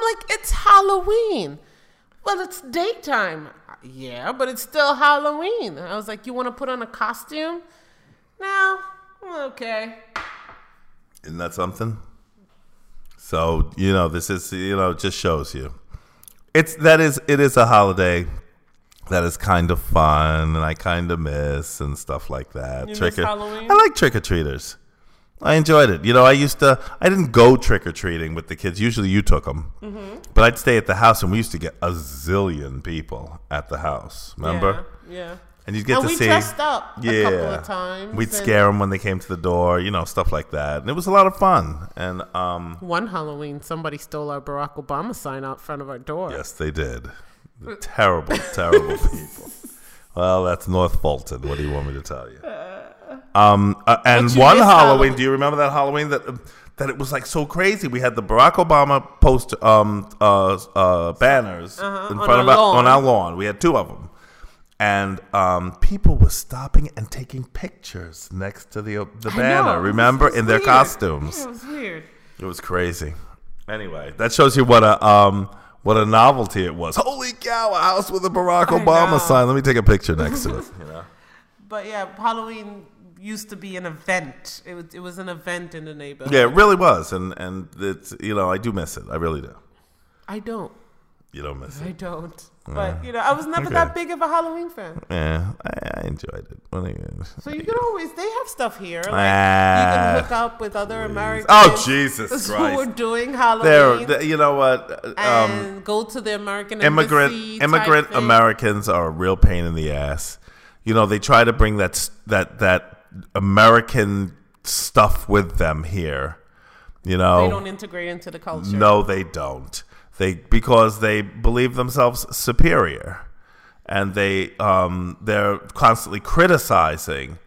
Speaker 2: like, it's Halloween. Well, it's daytime. Yeah, but it's still Halloween. I was like, you wanna put on a costume? No. Okay.
Speaker 1: Isn't that something? So, you know, this is, you know, it just shows you. It's, that is, it is a holiday that is kind of fun and I kind of miss and stuff like that.
Speaker 2: You miss
Speaker 1: or-
Speaker 2: Halloween?
Speaker 1: I like trick or treaters. I enjoyed it. You know, I used to, I didn't go trick or treating with the kids. Usually you took them.
Speaker 2: Mm-hmm.
Speaker 1: But I'd stay at the house and we used to get a zillion people at the house. Remember?
Speaker 2: Yeah. yeah.
Speaker 1: And you'd get
Speaker 2: and
Speaker 1: to
Speaker 2: we
Speaker 1: see.
Speaker 2: dressed up a couple of times.
Speaker 1: We'd
Speaker 2: and
Speaker 1: scare them when they came to the door, you know, stuff like that. And it was a lot of fun. And um,
Speaker 2: One Halloween, somebody stole our Barack Obama sign out front of our door.
Speaker 1: yes, they did. They're terrible, terrible people. Well, that's North Fulton. What do you want me to tell you? Um, uh, and
Speaker 2: Uh, But you
Speaker 1: one Halloween,
Speaker 2: missed Halloween.
Speaker 1: do you remember that Halloween that um, that it was like so crazy? We had the Barack Obama post um, uh, uh, banners in
Speaker 2: Uh-huh, on
Speaker 1: front of
Speaker 2: our
Speaker 1: our, on
Speaker 2: lawn.
Speaker 1: our lawn. We had two of them, and um, people were stopping and taking pictures next to the uh, the
Speaker 2: I know,
Speaker 1: banner.
Speaker 2: it was-
Speaker 1: Remember,
Speaker 2: it was
Speaker 1: in their
Speaker 2: weird.
Speaker 1: costumes.
Speaker 2: Yeah, it was weird.
Speaker 1: It was crazy. Anyway, that shows you what a um what a novelty it was. Holy cow! A house with a Barack
Speaker 2: I
Speaker 1: Obama
Speaker 2: know.
Speaker 1: sign. Let me take a picture next to it. You know.
Speaker 2: But yeah, Halloween used to be an event. It was it was an event in the neighborhood.
Speaker 1: Yeah, it really was, and and it's you know I do miss it. I really do.
Speaker 2: I don't.
Speaker 1: You don't miss it.
Speaker 2: I don't. But you know, I was never
Speaker 1: Okay.
Speaker 2: that big of a Halloween fan.
Speaker 1: Yeah, I, I enjoyed it. What are you-
Speaker 2: So you can always they have stuff here. Like you
Speaker 1: Ah,
Speaker 2: can hook up with other Americans.
Speaker 1: Oh, Jesus
Speaker 2: Who are
Speaker 1: Christ.
Speaker 2: doing Halloween
Speaker 1: There, th- you know what? Um,
Speaker 2: and go to the American
Speaker 1: immigrant
Speaker 2: embassy type
Speaker 1: immigrant
Speaker 2: thing.
Speaker 1: Americans are a real pain in the ass. You know, they try to bring that s- that that American stuff with them here. You know,
Speaker 2: They don't integrate into the culture.
Speaker 1: no, they don't. They because they believe themselves superior, and they um, they're constantly criticizing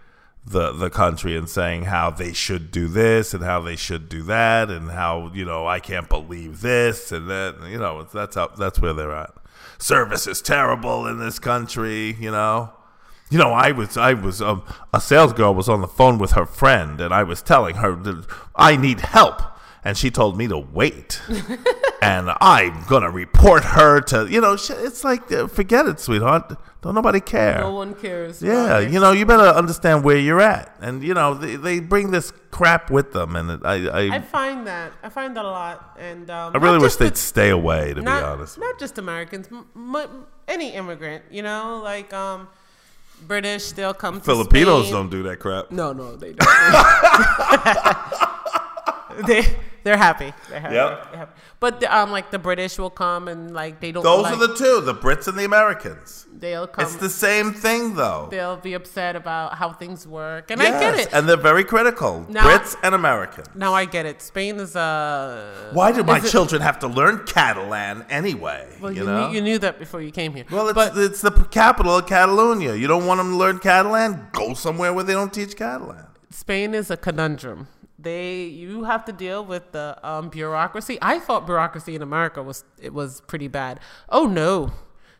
Speaker 1: the the country and saying how they should do this and how they should do that and how you know I can't believe this and that you know that's how that's where they're at. Service is terrible in this country, you know. You know, I was I was um, a sales girl was on the phone with her friend, and I was telling her that I need help, and she told me to wait, and I'm gonna report her to you know. sh- It's like uh, forget it, sweetheart. Don't nobody care.
Speaker 2: No one cares.
Speaker 1: yeah,
Speaker 2: about it.
Speaker 1: you know, you better understand where you're at, and you know they, they bring this crap with them, and it, I I,
Speaker 2: I
Speaker 1: I,
Speaker 2: find that I find that a lot, and um, not
Speaker 1: really wish
Speaker 2: just the-
Speaker 1: they'd stay away to
Speaker 2: not,
Speaker 1: be honest.
Speaker 2: Not just Americans, m- m- any immigrant, you know, like um, British, they'll come. to
Speaker 1: Filipinos
Speaker 2: Spain.
Speaker 1: don't do that crap.
Speaker 2: No, no, they don't. they they're happy. They're happy.
Speaker 1: Yep.
Speaker 2: They're happy. But um, like the British will come and like they don't.
Speaker 1: Those
Speaker 2: like, Um,
Speaker 1: are the two, the Brits and the Americans.
Speaker 2: They'll come.
Speaker 1: It's the same thing though.
Speaker 2: they'll be upset about how things work, and I
Speaker 1: Yes,
Speaker 2: get it.
Speaker 1: And they're very critical.
Speaker 2: Now-
Speaker 1: Brits and Americans.
Speaker 2: now I get it. Spain is uh,
Speaker 1: Why do my
Speaker 2: Is it-
Speaker 1: children have to learn Catalan anyway?
Speaker 2: well,
Speaker 1: you,
Speaker 2: you,
Speaker 1: know.
Speaker 2: knew, you knew that before you came here.
Speaker 1: well, it's,
Speaker 2: but
Speaker 1: it's the p- capital of Catalonia. You don't want them to learn Catalan? Go somewhere where they don't teach Catalan.
Speaker 2: Spain is a conundrum. They you have to deal with the um, bureaucracy. I thought bureaucracy in America was it was pretty bad. Oh no,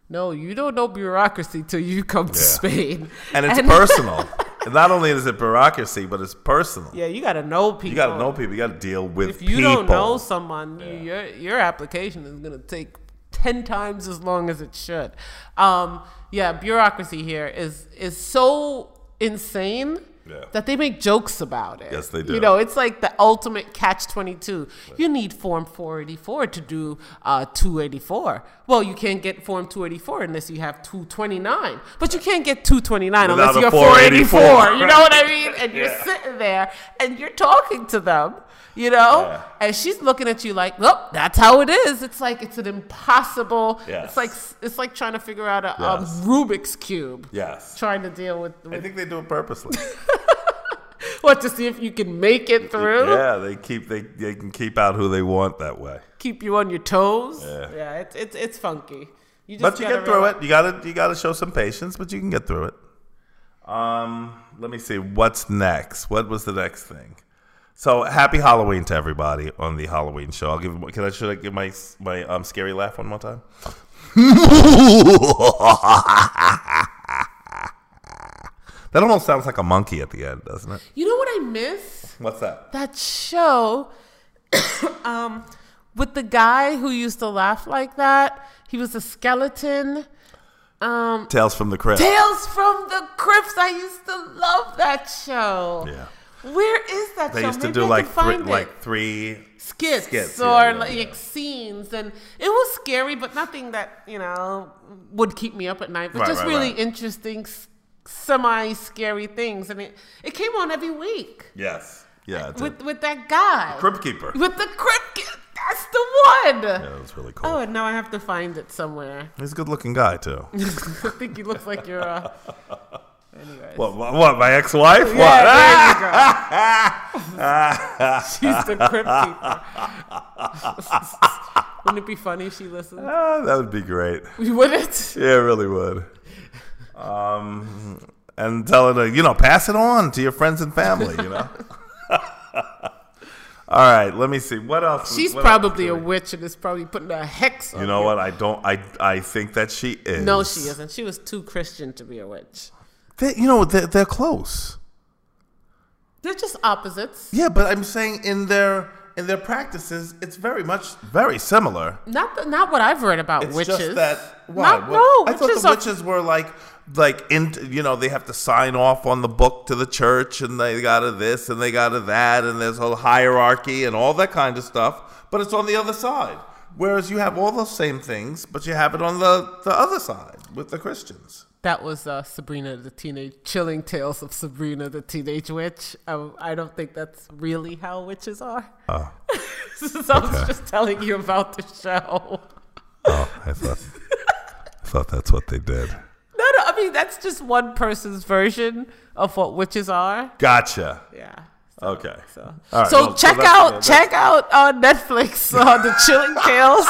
Speaker 2: no, you don't know bureaucracy till you come to
Speaker 1: Yeah.
Speaker 2: Spain,
Speaker 1: And it's personal. And Not only is it bureaucracy, but it's personal.
Speaker 2: yeah, you got to know people.
Speaker 1: You got to know people. You got to deal with
Speaker 2: If you
Speaker 1: people.
Speaker 2: don't know someone, you- your your application is gonna take ten times as long as it should. Um, yeah, bureaucracy here is is so insane
Speaker 1: Yeah.
Speaker 2: that they make jokes about it.
Speaker 1: Yes, they do.
Speaker 2: You know, it's like the ultimate catch twenty two. You need form four eighty four to do uh, two eighty four. Well, you can't get form two eighty four unless you have two twenty nine. But you can't get two twenty nine unless
Speaker 1: Without a
Speaker 2: you're four eighty four.
Speaker 1: 484,
Speaker 2: You know what I mean? And you're sitting there and you're talking to them, you know?
Speaker 1: Yeah.
Speaker 2: And she's looking at you like, nope, that's how it is. It's like it's an impossible.
Speaker 1: Yes.
Speaker 2: It's like it's like trying to figure out a um,
Speaker 1: Yes.
Speaker 2: Rubik's cube.
Speaker 1: Yes.
Speaker 2: Trying to deal with,
Speaker 1: I
Speaker 2: with
Speaker 1: think they do it purposely.
Speaker 2: what to see if you can make it through,
Speaker 1: yeah, they keep they, they can keep out who they want that way.
Speaker 2: keep you on your toes.
Speaker 1: Yeah.
Speaker 2: it's it's it's funky. You just
Speaker 1: but you
Speaker 2: gotta
Speaker 1: get through
Speaker 2: realize-
Speaker 1: it. You gotta you gotta show some patience, but you can get through it. Um, let me see what's next. What was the next thing? So happy Halloween to everybody on the Halloween show. I'll give can I should I give my my um scary laugh one more time? that almost sounds like a monkey at the end, doesn't it?
Speaker 2: You know what I miss?
Speaker 1: What's that?
Speaker 2: that show um, with the guy who used to laugh like that. He was a skeleton. Um,
Speaker 1: Tales from the Crypt.
Speaker 2: Tales from the Crypts. I used to love that show.
Speaker 1: Yeah.
Speaker 2: Where is that
Speaker 1: They
Speaker 2: show?
Speaker 1: used to
Speaker 2: Maybe
Speaker 1: do
Speaker 2: I
Speaker 1: like
Speaker 2: can
Speaker 1: three,
Speaker 2: find it.
Speaker 1: like three.
Speaker 2: skits,
Speaker 1: skits,
Speaker 2: or
Speaker 1: yeah, yeah,
Speaker 2: like
Speaker 1: yeah.
Speaker 2: scenes, and it was scary, but nothing that you know would keep me up at night. But
Speaker 1: Right,
Speaker 2: just
Speaker 1: right,
Speaker 2: really
Speaker 1: right.
Speaker 2: interesting, semi scary things, and it it came on every week
Speaker 1: Yes. Yeah. It's
Speaker 2: with with that guy.
Speaker 1: a crypt keeper.
Speaker 2: With the cricket. That's the one.
Speaker 1: Yeah, that was really cool.
Speaker 2: Oh, and now I have to find it somewhere.
Speaker 1: He's a good-looking guy too.
Speaker 2: I think you look like you're. Uh... Anyways.
Speaker 1: What, what, what, my ex-wife?
Speaker 2: yeah,
Speaker 1: What?
Speaker 2: there you go. She's the crypt keeper. Wouldn't it be funny if she listened?
Speaker 1: Ah, that would be great.
Speaker 2: Would it?
Speaker 1: Yeah, it really would. Um, and tell her to, you know, pass it on to your friends and family, you know? All right, let me see. What else?
Speaker 2: She's
Speaker 1: what else
Speaker 2: probably
Speaker 1: do
Speaker 2: a
Speaker 1: we-
Speaker 2: witch and is probably putting a hex on
Speaker 1: You know what? I don't, I, I think that she is.
Speaker 2: No, she isn't. She was too Christian to be a witch.
Speaker 1: They, you know, they're, they're close.
Speaker 2: They're just opposites.
Speaker 1: Yeah, but I'm saying in their, in their practices, it's very much, very similar.
Speaker 2: Not the, not what I've read about
Speaker 1: It's
Speaker 2: witches.
Speaker 1: just that why?
Speaker 2: Not,
Speaker 1: What-
Speaker 2: no,
Speaker 1: I thought
Speaker 2: witches
Speaker 1: the
Speaker 2: are
Speaker 1: witches were like like in you know they have to sign off on the book to the church and they got to this and they got to that and there's a hierarchy and all that kind of stuff but it's on the other side whereas you have all those same things but you have it on the the other side with the christians
Speaker 2: That was uh, Sabrina the Teenage Chilling Tales of Sabrina the Teenage Witch. I, I don't think that's really how witches are.
Speaker 1: oh
Speaker 2: so I was just telling you about the show.
Speaker 1: oh i thought i thought that's what they did
Speaker 2: No, no, I mean mean, that's just one person's version of what witches are.
Speaker 1: Gotcha.
Speaker 2: Yeah.
Speaker 1: Okay.
Speaker 2: So,
Speaker 1: All right,
Speaker 2: so
Speaker 1: well,
Speaker 2: check
Speaker 1: that's-
Speaker 2: out
Speaker 1: that's-
Speaker 2: check out on Netflix uh, the Chilling Tales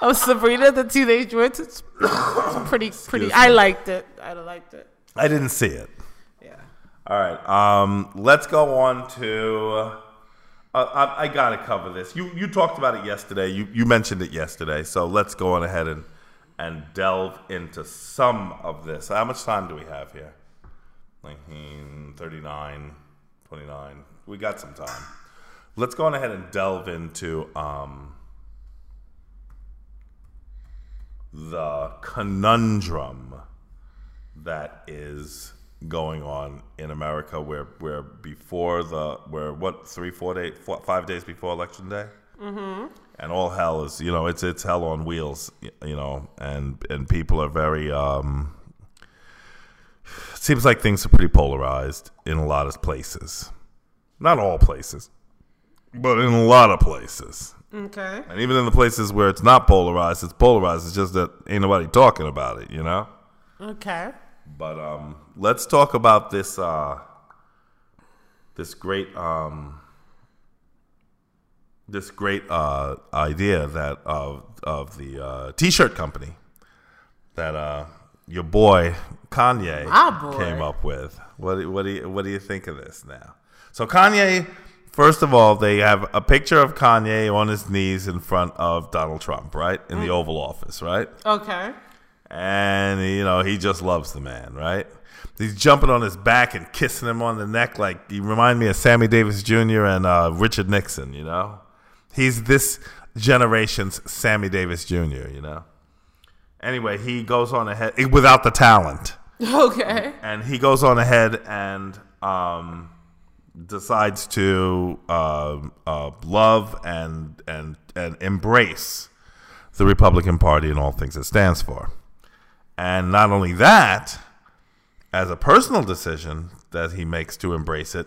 Speaker 2: of Sabrina the Teenage Witch. It's, it's pretty pretty.
Speaker 1: me.
Speaker 2: I liked it. I liked it.
Speaker 1: I didn't see it.
Speaker 2: Yeah.
Speaker 1: All right. Um, let's go on to. Uh, I, I gotta cover this. You you talked about it yesterday. You you mentioned it yesterday. So let's go on ahead and and delve into some of this. How much time do we have here? 19, 39, 29. We got some time. Let's go on ahead and delve into um, the conundrum that is going on in America where where before the where what three four day four, five days before election day mm-hmm. and all hell is you know it's it's hell on wheels y- you know and and people are very um it seems like things are pretty polarized in a lot of places not all places but in a lot of places
Speaker 2: Okay.
Speaker 1: and even in the places where it's not polarized it's polarized it's just that ain't nobody talking about it you know
Speaker 2: Okay.
Speaker 1: but um, let's talk about this uh, this great um, this great uh, idea that of of the uh, t-shirt company that uh, your boy Kanye
Speaker 2: My boy.
Speaker 1: came up with. What do- what do you, what do you think of this now? So Kanye, first of all, they have a picture of Kanye on his knees in front of Donald Trump, right in
Speaker 2: Mm.
Speaker 1: the Oval Office, right?
Speaker 2: Okay.
Speaker 1: And, you know, he just loves the man, right? He's jumping on his back and kissing him on the neck like you remind me of Sammy Davis Jr. and uh, Richard Nixon, you know? He's this generation's Sammy Davis Jr., you know? Anyway, he goes on ahead eh, without the talent.
Speaker 2: Okay.
Speaker 1: And he goes on ahead and um, decides to uh, uh, love and, and, and embrace the Republican Party and all things it stands for. And not only that, as a personal decision that he makes to embrace it,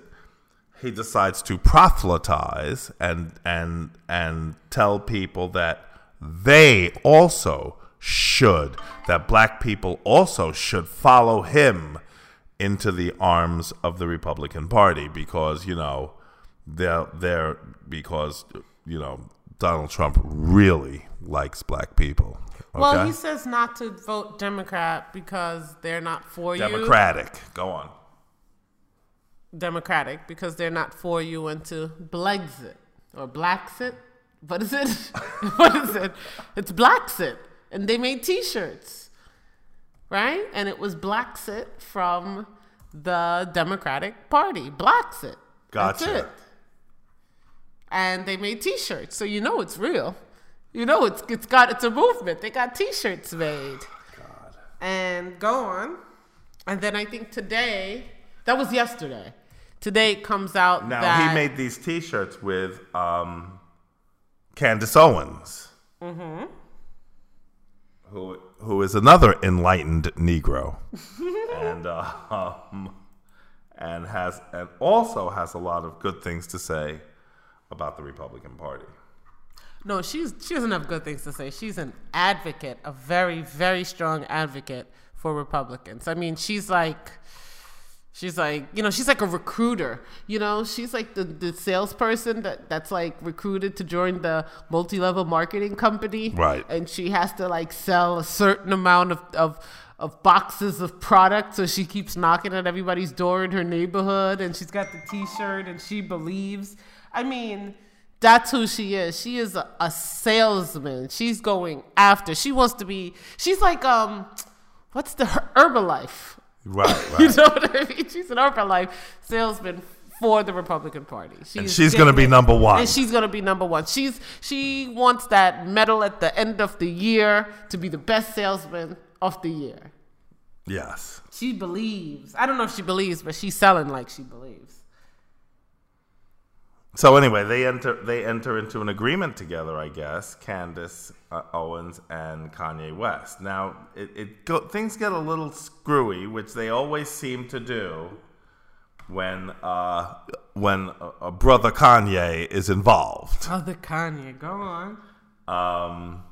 Speaker 1: he decides to proselytize and and and tell people that they also should that black people also should follow him into the arms of the Republican Party because you know they're they're because you know Donald Trump really likes black people. Okay?
Speaker 2: Well, he says not to vote Democrat because they're not for you.
Speaker 1: democratic. Go on.
Speaker 2: Democratic because they're not for you into Blexit or Blacksit. What is it? what is it? It's Blacksit. And they made t shirts, right? And it was Blacksit from the Democratic Party. Blacksit.
Speaker 1: Gotcha.
Speaker 2: That's it. And they made t shirts. So you know it's real. You know it's it's got it's a movement. They got t shirts made. and go on. And then I think today, that was yesterday. Today it comes out
Speaker 1: Now
Speaker 2: that
Speaker 1: he made these T-shirts with um, Candace Owens, mm-hmm. who who is another enlightened Negro, and uh, um, and has and also has a lot of good things to say about the Republican Party.
Speaker 2: no, she's she doesn't have good things to say. She's an advocate, a very very strong advocate for Republicans. I mean, she's like. She's like, you know, she's like a recruiter. You know, she's like the, the salesperson that, that's like recruited to join the multi level marketing company.
Speaker 1: Right.
Speaker 2: And she has to like sell a certain amount of, of, of boxes of product. So she keeps knocking at everybody's door in her neighborhood. And she's got the t shirt and she believes. I mean, that's who she is. She is a, a salesman. She's going after. She wants to be, she's like, um, what's the her- Herbalife?
Speaker 1: Right,
Speaker 2: You
Speaker 1: right.
Speaker 2: know what I mean? She's an life salesman for the Republican Party. She's
Speaker 1: and she's going to be number one.
Speaker 2: and she's gonna be number one. She's she wants that medal at the end of the year to be the best salesman of the year.
Speaker 1: yes.
Speaker 2: She believes. I don't know if she believes, but she's selling like she believes.
Speaker 1: So anyway, they enter they enter into an agreement together, I guess. Candace uh, Owens and Kanye West. Now it, it go, things get a little screwy, which they always seem to do when uh, when a, a brother Kanye is involved.
Speaker 2: Other Kanye, go on.
Speaker 1: Um,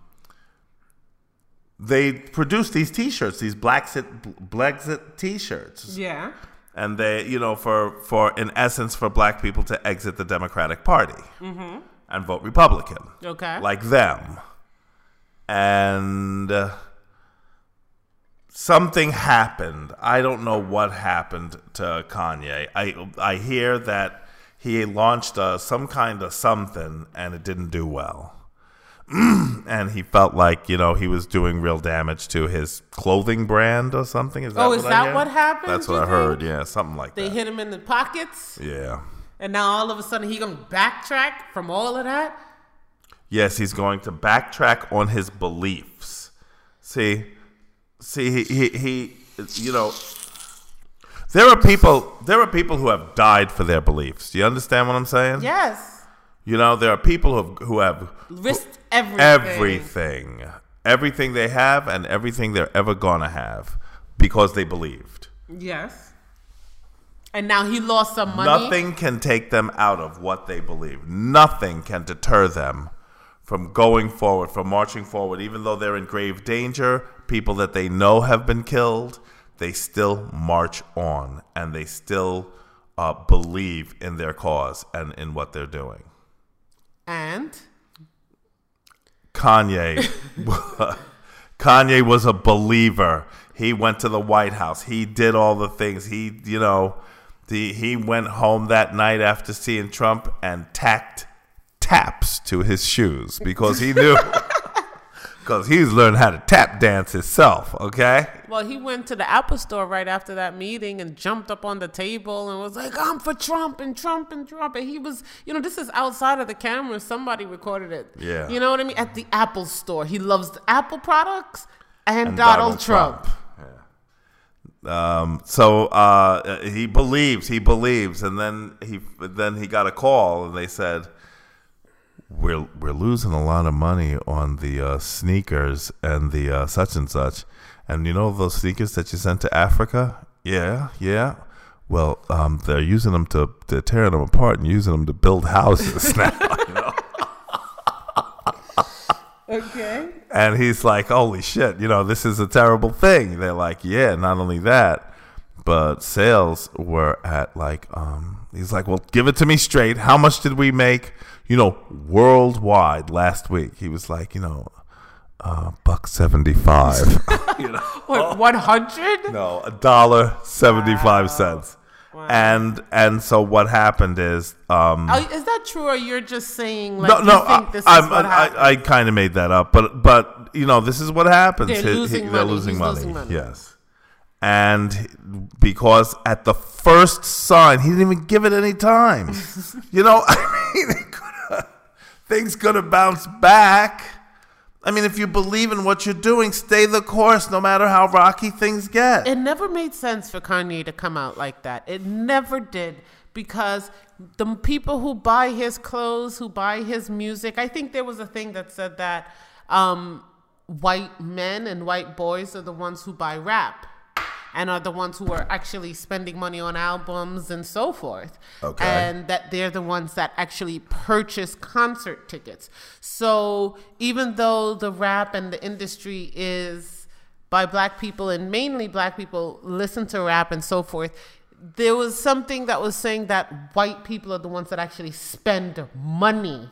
Speaker 1: they produce these T-shirts, these Blacksit Brexit T-shirts,
Speaker 2: Yeah.
Speaker 1: and they, you know, for for in essence, for black people to exit the Democratic Party and vote Republican,
Speaker 2: Okay.
Speaker 1: like them, and. uh, Something happened. I don't know what happened to Kanye. I I hear that he launched uh, some kind of something and it didn't do well and he felt like you know he was doing real damage to his clothing brand or something. Is that
Speaker 2: Oh,
Speaker 1: what
Speaker 2: is
Speaker 1: I
Speaker 2: that
Speaker 1: hear?
Speaker 2: what happened,
Speaker 1: That's
Speaker 2: you
Speaker 1: what I
Speaker 2: think?
Speaker 1: heard. Yeah, something like
Speaker 2: they
Speaker 1: that.
Speaker 2: hit him in the pockets,
Speaker 1: yeah.
Speaker 2: and now all of a sudden he gonna backtrack from all of that.
Speaker 1: Yes, he's going to backtrack on his beliefs. See, see, he, he, he you know, there are people, there are people who have died for their beliefs. Do you understand what I'm saying?
Speaker 2: Yes.
Speaker 1: You know, there are people who have, who have
Speaker 2: Risked everything.
Speaker 1: everything, everything they have, and everything they're ever gonna have, because they believed.
Speaker 2: Yes. And now he lost some money.
Speaker 1: Nothing can take them out of what they believe. Nothing can deter them from going forward, from marching forward, even though they're in grave danger. People that they know have been killed, they still march on and they still uh, believe in their cause and in what they're doing.
Speaker 2: And
Speaker 1: Kanye. Kanye was a believer. He went to the White House. He did all the things. He, you know, the, he went home that night after seeing Trump and tacked taps to his shoes because he knew because he's learned how to tap dance himself. Okay,
Speaker 2: well, he went to the Apple store right after that meeting and jumped up on the table and was like, "I'm for Trump and Trump and Trump." And he was, you know, this is outside of the camera. Somebody recorded it.
Speaker 1: Yeah.
Speaker 2: You know what I mean? At the Apple store, he loves the Apple products and,
Speaker 1: And
Speaker 2: Donald, Trump.
Speaker 1: Yeah. Um, so uh, uh, he believes, he believes, and then he then he got a call, and they said, "We're we're losing a lot of money on the uh, sneakers and the uh, such and such, and you know those sneakers that you sent to Africa? Yeah, yeah." Well, um, they're using them to they're tearing them apart and using them to build houses now.
Speaker 2: Okay.
Speaker 1: And he's like, holy shit, you know, this is a terrible thing. They're like, yeah, not only that, but sales were at like, um, he's like, well, give it to me straight. How much did we make, you know, worldwide last week? He was like, you know, uh, buck 75. you know?
Speaker 2: What? One hundred?
Speaker 1: Oh. No, a dollar 75 cents. And and so what happened is um
Speaker 2: Oh, is that true, or you're just saying like
Speaker 1: no,
Speaker 2: you
Speaker 1: no,
Speaker 2: think this
Speaker 1: I,
Speaker 2: is what
Speaker 1: I,
Speaker 2: happened?
Speaker 1: I, I kind of made that up, but but you know, this is what happens.
Speaker 2: They're losing
Speaker 1: they're
Speaker 2: money.
Speaker 1: losing
Speaker 2: He's
Speaker 1: money.
Speaker 2: losing money.
Speaker 1: Yes, and he- because at the first sign, he didn't even give it any time. you know, I mean, it coulda- things could have bounced back. I mean, if you believe in what you're doing, stay the course, no matter how rocky things get.
Speaker 2: it never made sense for Kanye to come out like that. It never did because the m- people who buy his clothes, who buy his music, I think there was a thing that said that um, white men and white boys are the ones who buy rap and are the ones who are actually spending money on albums and so forth.
Speaker 1: Okay.
Speaker 2: And that they're the ones that actually purchase concert tickets. So even though the rap and the industry is by black people and mainly black people listen to rap and so forth, there was something that was saying that white people are the ones that actually spend money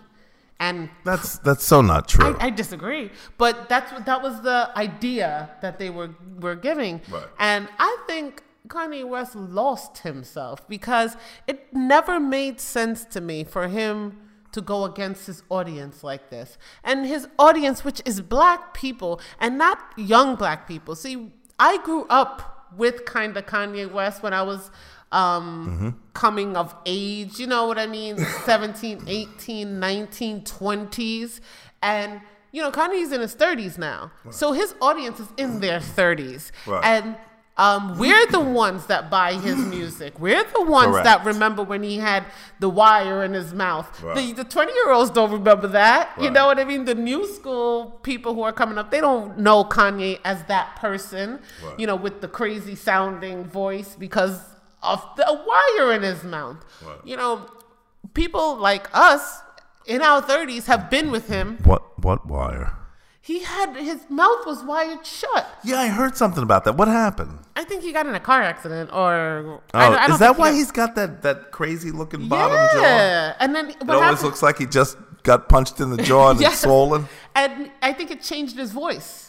Speaker 2: and
Speaker 1: That's that's so not true.
Speaker 2: I, I disagree, but that's what that was the idea that they were were giving,
Speaker 1: Right.
Speaker 2: and I think Kanye West lost himself because it never made sense to me for him to go against his audience like this, and his audience, which is black people and not young black people. See, I grew up with kind of Kanye West when I was. Um, coming of age, you know what I mean? 17, 18, 19, 20s. And, you know, Kanye's in his 30s now. So his audience is in their 30s.
Speaker 1: Right.
Speaker 2: And um, we're the ones that buy his music. We're the ones
Speaker 1: Correct.
Speaker 2: that remember when he had the wire in his mouth.
Speaker 1: Right.
Speaker 2: The, the 20 year olds don't remember that. You
Speaker 1: Right.
Speaker 2: know what I mean? The new school people who are coming up, they don't know Kanye as that person,
Speaker 1: Right.
Speaker 2: you know, with the crazy sounding voice because of the wire in his mouth.
Speaker 1: Right.
Speaker 2: You know, people like us in our 30s have been with him.
Speaker 1: what what wire?
Speaker 2: He had his mouth was wired shut.
Speaker 1: Yeah, I heard something about that. What happened?
Speaker 2: I think he got in a car accident, or
Speaker 1: Oh,
Speaker 2: I don't- I don't
Speaker 1: is that
Speaker 2: think
Speaker 1: why
Speaker 2: he
Speaker 1: he's got that, that crazy looking bottom jaw?
Speaker 2: yeah, and then
Speaker 1: It always looks like he just got punched in the jaw and
Speaker 2: Yes.
Speaker 1: it's swollen.
Speaker 2: and I think it changed his voice,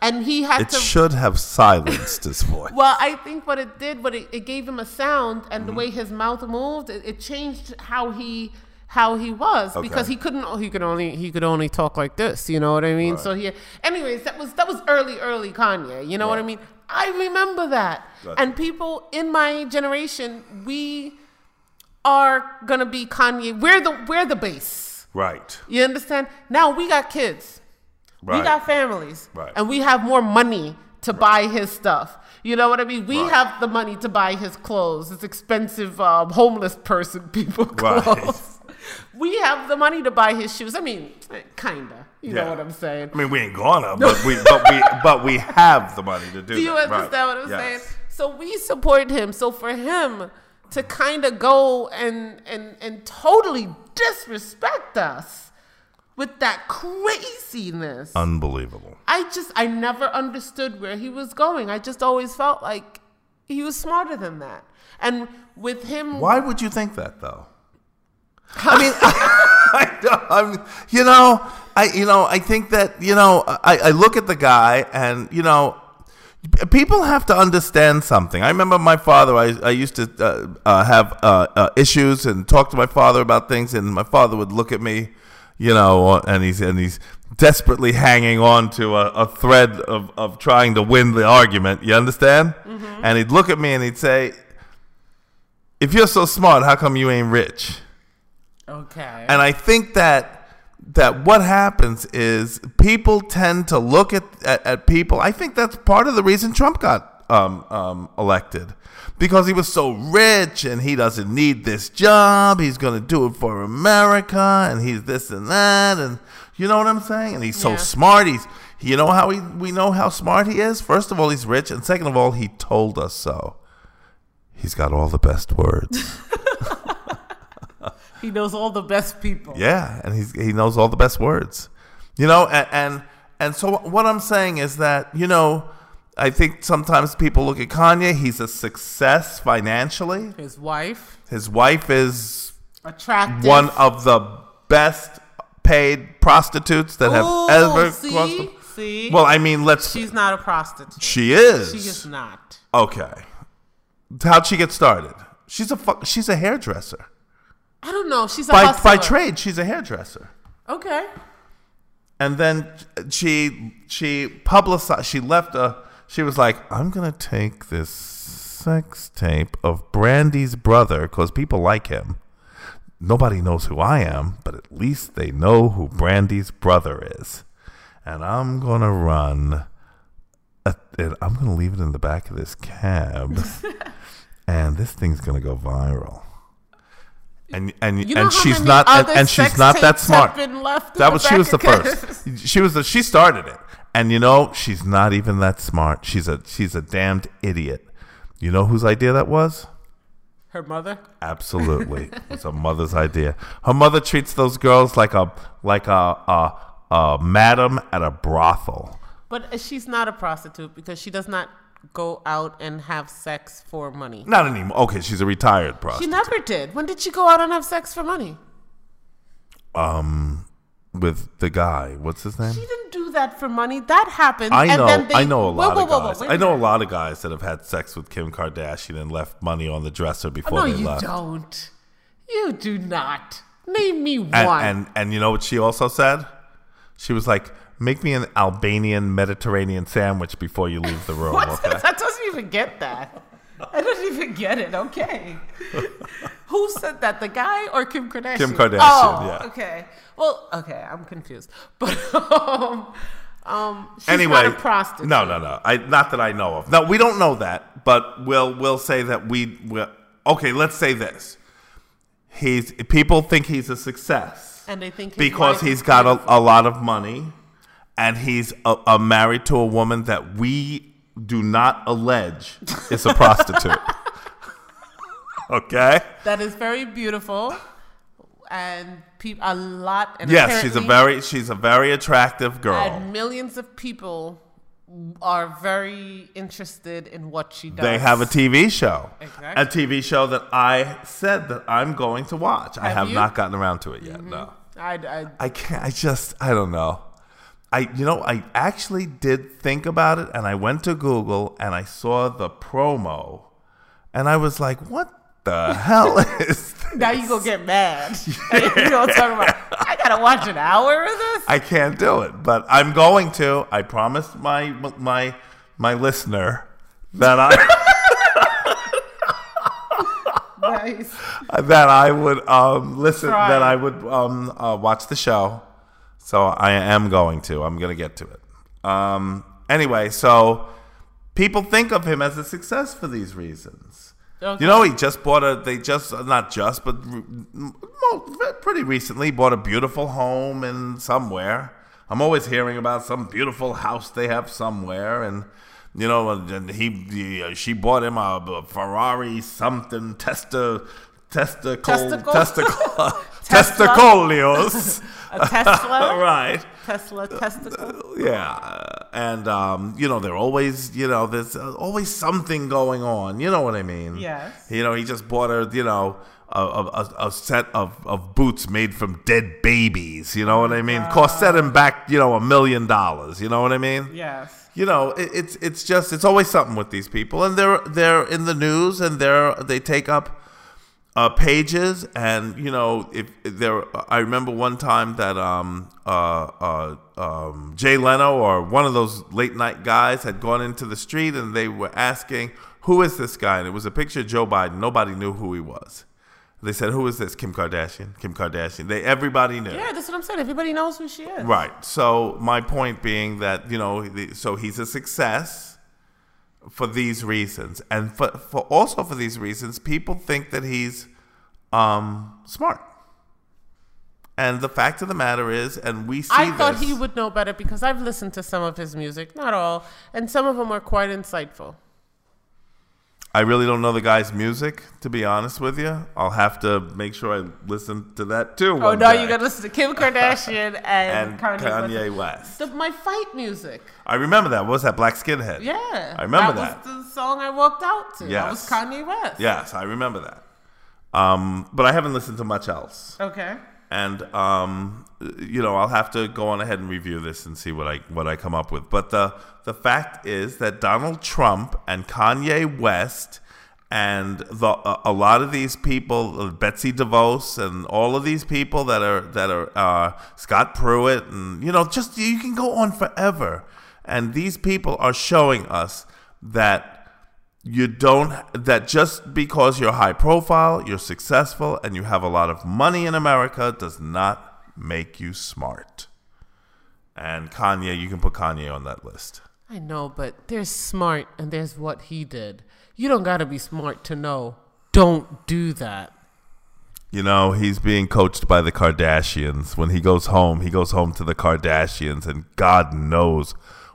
Speaker 2: and he had
Speaker 1: It
Speaker 2: to.
Speaker 1: should have silenced his voice.
Speaker 2: well, I think what it did, what it, it gave him a sound, and
Speaker 1: Mm-hmm.
Speaker 2: the way his mouth moved, it, it changed how he how he was because
Speaker 1: Okay.
Speaker 2: he couldn't he could only he could only talk like this. You know what I mean? So he, anyways, that was that was early early Kanye. You know what I
Speaker 1: Right.
Speaker 2: mean? I remember that,
Speaker 1: Gotcha.
Speaker 2: and people in my generation, we are gonna be Kanye. We're the we're the base.
Speaker 1: right.
Speaker 2: You understand? Now we got kids.
Speaker 1: Right.
Speaker 2: We got families.
Speaker 1: Right.
Speaker 2: And we have more money to buy his stuff. You know what I mean? We
Speaker 1: Right.
Speaker 2: have the money to buy his clothes, his expensive um, homeless person people
Speaker 1: Right.
Speaker 2: clothes. We have the money to buy his shoes. I mean, eh, kinda. You know
Speaker 1: Yeah.
Speaker 2: what I'm saying?
Speaker 1: I mean, we ain't gonna, but we, but we, but we have the money to do.
Speaker 2: Do you
Speaker 1: that.
Speaker 2: understand
Speaker 1: Right.
Speaker 2: what I'm
Speaker 1: Yes.
Speaker 2: saying? So we support him. So for him to kind of go and and and totally disrespect us with that craziness.
Speaker 1: Unbelievable.
Speaker 2: I just I never understood where he was going. I just always felt like he was smarter than that. And with him,
Speaker 1: Why would you think that though? I mean, I, don't- I'm, you know, I you know, I think that you know, I, I look at the guy and you know, people have to understand something. I remember my father. I, I used to uh, uh, have uh, uh, issues and talk to my father about things, and my father would look at me, you know, and he's and he's desperately hanging on to a, a thread of, of trying to win the argument. You understand? And he'd look at me and he'd say, "If you're so smart, how come you ain't rich?"
Speaker 2: okay,
Speaker 1: And I think that that what happens is people tend to look at, at, at people. I think that's part of the reason Trump got um, um, elected because he was so rich and he doesn't need this job. He's going to do it for America and he's this and that. And you know what I'm saying? And he's so
Speaker 2: Yeah.
Speaker 1: smart. He's, you know how he, we know how smart he is? First of all, he's rich. And second of all, he told us so. He's got all the best words.
Speaker 2: he knows all the best people.
Speaker 1: Yeah, and he's, he knows all the best words, you know. And, and and so what I'm saying is that you know, I think sometimes people look at Kanye. He's a success financially.
Speaker 2: His wife,
Speaker 1: His wife is
Speaker 2: attractive.
Speaker 1: one of the best paid prostitutes that have
Speaker 2: Ooh,
Speaker 1: ever
Speaker 2: Oh, see,
Speaker 1: crossed. the-
Speaker 2: see.
Speaker 1: Well, I mean, let's.
Speaker 2: she's not a prostitute.
Speaker 1: she is.
Speaker 2: She is not.
Speaker 1: Okay. How'd she get started? She's a fuck. She's a hairdresser.
Speaker 2: I don't know. She's a
Speaker 1: By by
Speaker 2: hustler.
Speaker 1: trade, she's a hairdresser.
Speaker 2: Okay.
Speaker 1: and then she she publicized she left a she was like i'm gonna take this sex tape of brandy's brother because people like him nobody knows who i am but at least they know who brandy's brother is and i'm gonna run a, and i'm gonna leave it in the back of this cab and this thing's gonna go viral and and,
Speaker 2: You know
Speaker 1: and
Speaker 2: how
Speaker 1: she's
Speaker 2: many
Speaker 1: not and,
Speaker 2: other
Speaker 1: and she's
Speaker 2: sex
Speaker 1: not that
Speaker 2: tapes have
Speaker 1: smart
Speaker 2: been left in
Speaker 1: that was she
Speaker 2: back
Speaker 1: was the
Speaker 2: of cars?
Speaker 1: first. She was the, she started it, and you know she's not even that smart. She's a she's a damned idiot. You know whose idea that was?
Speaker 2: Her mother.
Speaker 1: Absolutely, it's a mother's idea. Her mother treats those girls like a like a a, a madam at a brothel.
Speaker 2: But she's not a prostitute because she does not go out and have sex for money.
Speaker 1: Not anymore. Okay, she's a retired
Speaker 2: She
Speaker 1: prostitute
Speaker 2: never did. When did she go out and have sex for money?
Speaker 1: Um, with the guy. What's his name?
Speaker 2: She didn't do that for money. That happened.
Speaker 1: I
Speaker 2: and
Speaker 1: know,
Speaker 2: then they,
Speaker 1: I know a
Speaker 2: Whoa,
Speaker 1: lot
Speaker 2: whoa, whoa, whoa,
Speaker 1: of guys.
Speaker 2: wait
Speaker 1: I know a
Speaker 2: minute.
Speaker 1: lot of guys that have had sex with Kim Kardashian and left money on the dresser before
Speaker 2: Oh, No,
Speaker 1: they
Speaker 2: you
Speaker 1: left.
Speaker 2: don't. You do not. Name me one.
Speaker 1: and, and and you know what she also said? She was like, "Make me an Albanian Mediterranean sandwich before you leave the room."
Speaker 2: what?
Speaker 1: Okay.
Speaker 2: That doesn't even get that. I don't even get it. Okay. Who said that? The guy or Kim Kardashian?
Speaker 1: Kim Kardashian,
Speaker 2: Oh,
Speaker 1: yeah.
Speaker 2: Okay. Well, okay. I'm confused. But um, um, she's
Speaker 1: anyway,
Speaker 2: not a prostitute.
Speaker 1: No, no, no. I not that I know of. No, we don't know that, but we'll we'll say that we will. Okay, let's say this. He's people think he's a success
Speaker 2: And they think his
Speaker 1: because
Speaker 2: wife
Speaker 1: he's
Speaker 2: is
Speaker 1: got
Speaker 2: beautiful.
Speaker 1: a, a lot of money, and he's a, a married to a woman that we do not allege is a prostitute. okay.
Speaker 2: that is very beautiful and peop a lot. And
Speaker 1: Yes, she's a
Speaker 2: apparently-
Speaker 1: very she's a very attractive girl.
Speaker 2: And millions of people are very interested in what she does.
Speaker 1: They have a TV show.
Speaker 2: Exactly.
Speaker 1: A TV show that I said that I'm going to watch. I
Speaker 2: Have
Speaker 1: have
Speaker 2: you? Mm-hmm.
Speaker 1: not gotten around to it yet. No.
Speaker 2: I, I,
Speaker 1: I can't. I just. I don't know. I. You know. I actually did think about it, and I went to Google and I saw the promo, and I was like, "What the hell is?" This?
Speaker 2: now you gonna get mad. you know what I'm talking about? I gotta watch an hour of this.
Speaker 1: I can't do it, but I'm going to. I promised my my my listener that I
Speaker 2: Nice.
Speaker 1: that I would um listen
Speaker 2: Try.
Speaker 1: that I would um uh, watch the show. So I am going to. I'm going to get to it. Um. Anyway, so people think of him as a success for these reasons.
Speaker 2: Okay.
Speaker 1: You know, he just bought a. They just not just, but re- m- mo- pretty recently bought a beautiful home in somewhere. I'm always hearing about some beautiful house they have somewhere, and you know, and he, he- uh, she bought him a, a Ferrari something Testa testicle
Speaker 2: Testicle?
Speaker 1: testicle
Speaker 2: Tesla?
Speaker 1: testicolios.
Speaker 2: a Tesla,
Speaker 1: right.
Speaker 2: Tesla testicle.
Speaker 1: Yeah, and um, you know they're always you know there's uh, always something going on. You know what I mean?
Speaker 2: Yes.
Speaker 1: You know he just bought her you know a, a, a- a set of, of boots made from dead babies. You know what I mean? Cost set him back you know a million dollars. You know what I mean?
Speaker 2: Yes.
Speaker 1: You know it, it's it's just it's always something with these people, and they're they're in the news and they're they take up uh, pages and you know if there i remember one time that um uh, uh um jay leno or one of those late night guys had gone into the street and they were asking who is this guy and it was a picture of joe biden nobody knew who he was they said who is this kim kardashian kim kardashian they everybody knew
Speaker 2: Yeah, that's what I'm saying. Everybody knows who she is.
Speaker 1: Right. So my point being that you know, the, so he's a success for these reasons, and for, for also for these reasons, people think that he's um, smart. And the fact of the matter is, and we see.
Speaker 2: I thought
Speaker 1: this-
Speaker 2: he would know better because I've listened to some of his music, not all, and some of them are quite insightful.
Speaker 1: I really don't know the guy's music, to be honest with you. I'll have to make sure I listen to that too.
Speaker 2: Oh
Speaker 1: one
Speaker 2: no,
Speaker 1: day.
Speaker 2: you gotta listen to Kim Kardashian and,
Speaker 1: And
Speaker 2: Kanye. West.
Speaker 1: Kanye West.
Speaker 2: The, my fight music.
Speaker 1: I remember that. What was that? Black Skinhead.
Speaker 2: Yeah.
Speaker 1: I remember that.
Speaker 2: was the song I walked out to. That was
Speaker 1: Yes.
Speaker 2: Kanye West.
Speaker 1: Yes, I remember that. Um, but I haven't listened to much else,
Speaker 2: Okay.
Speaker 1: and um, you know I'll have to go on ahead and review this and see what I what I come up with. But the the fact is that Donald Trump and Kanye West and the, a, a lot of these people, uh, Betsy DeVos, and all of these people that are that are uh, Scott Pruitt, and you know just you can go on forever. And these people are showing us that you don't that just because you're high profile, you're successful, and you have a lot of money in America does not make you smart. And Kanye, you can put Kanye on that list.
Speaker 2: I know, but there's smart and there's what he did. You don't gotta be smart to know. Don't do that.
Speaker 1: You know, he's being coached by the Kardashians. When he goes home, he goes home to the Kardashians, and God knows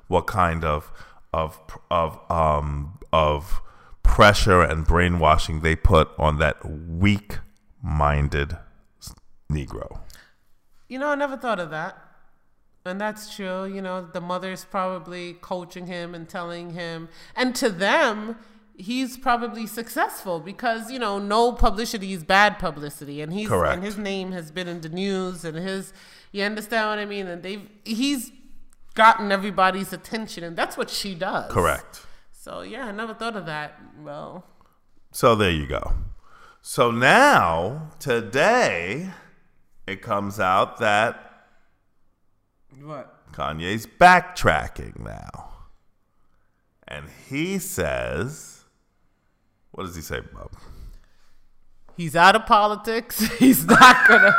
Speaker 1: what kind of of of um of pressure and brainwashing they put on that weak-minded s- Negro.
Speaker 2: You know, I never thought of that. And that's true. You know, the mother's probably coaching him and telling him. And to them, he's probably successful because, you know, no publicity is bad publicity. And he's
Speaker 1: Correct.
Speaker 2: and his name has been in the news and his you understand what I mean? And they've he's gotten everybody's attention and that's what she does.
Speaker 1: Correct.
Speaker 2: So yeah, I never thought of that. Well,
Speaker 1: So there you go. So now, today, it comes out that
Speaker 2: what?
Speaker 1: Kanye's backtracking now. And he says, What does he say, Bob?
Speaker 2: He's out of politics. He's not gonna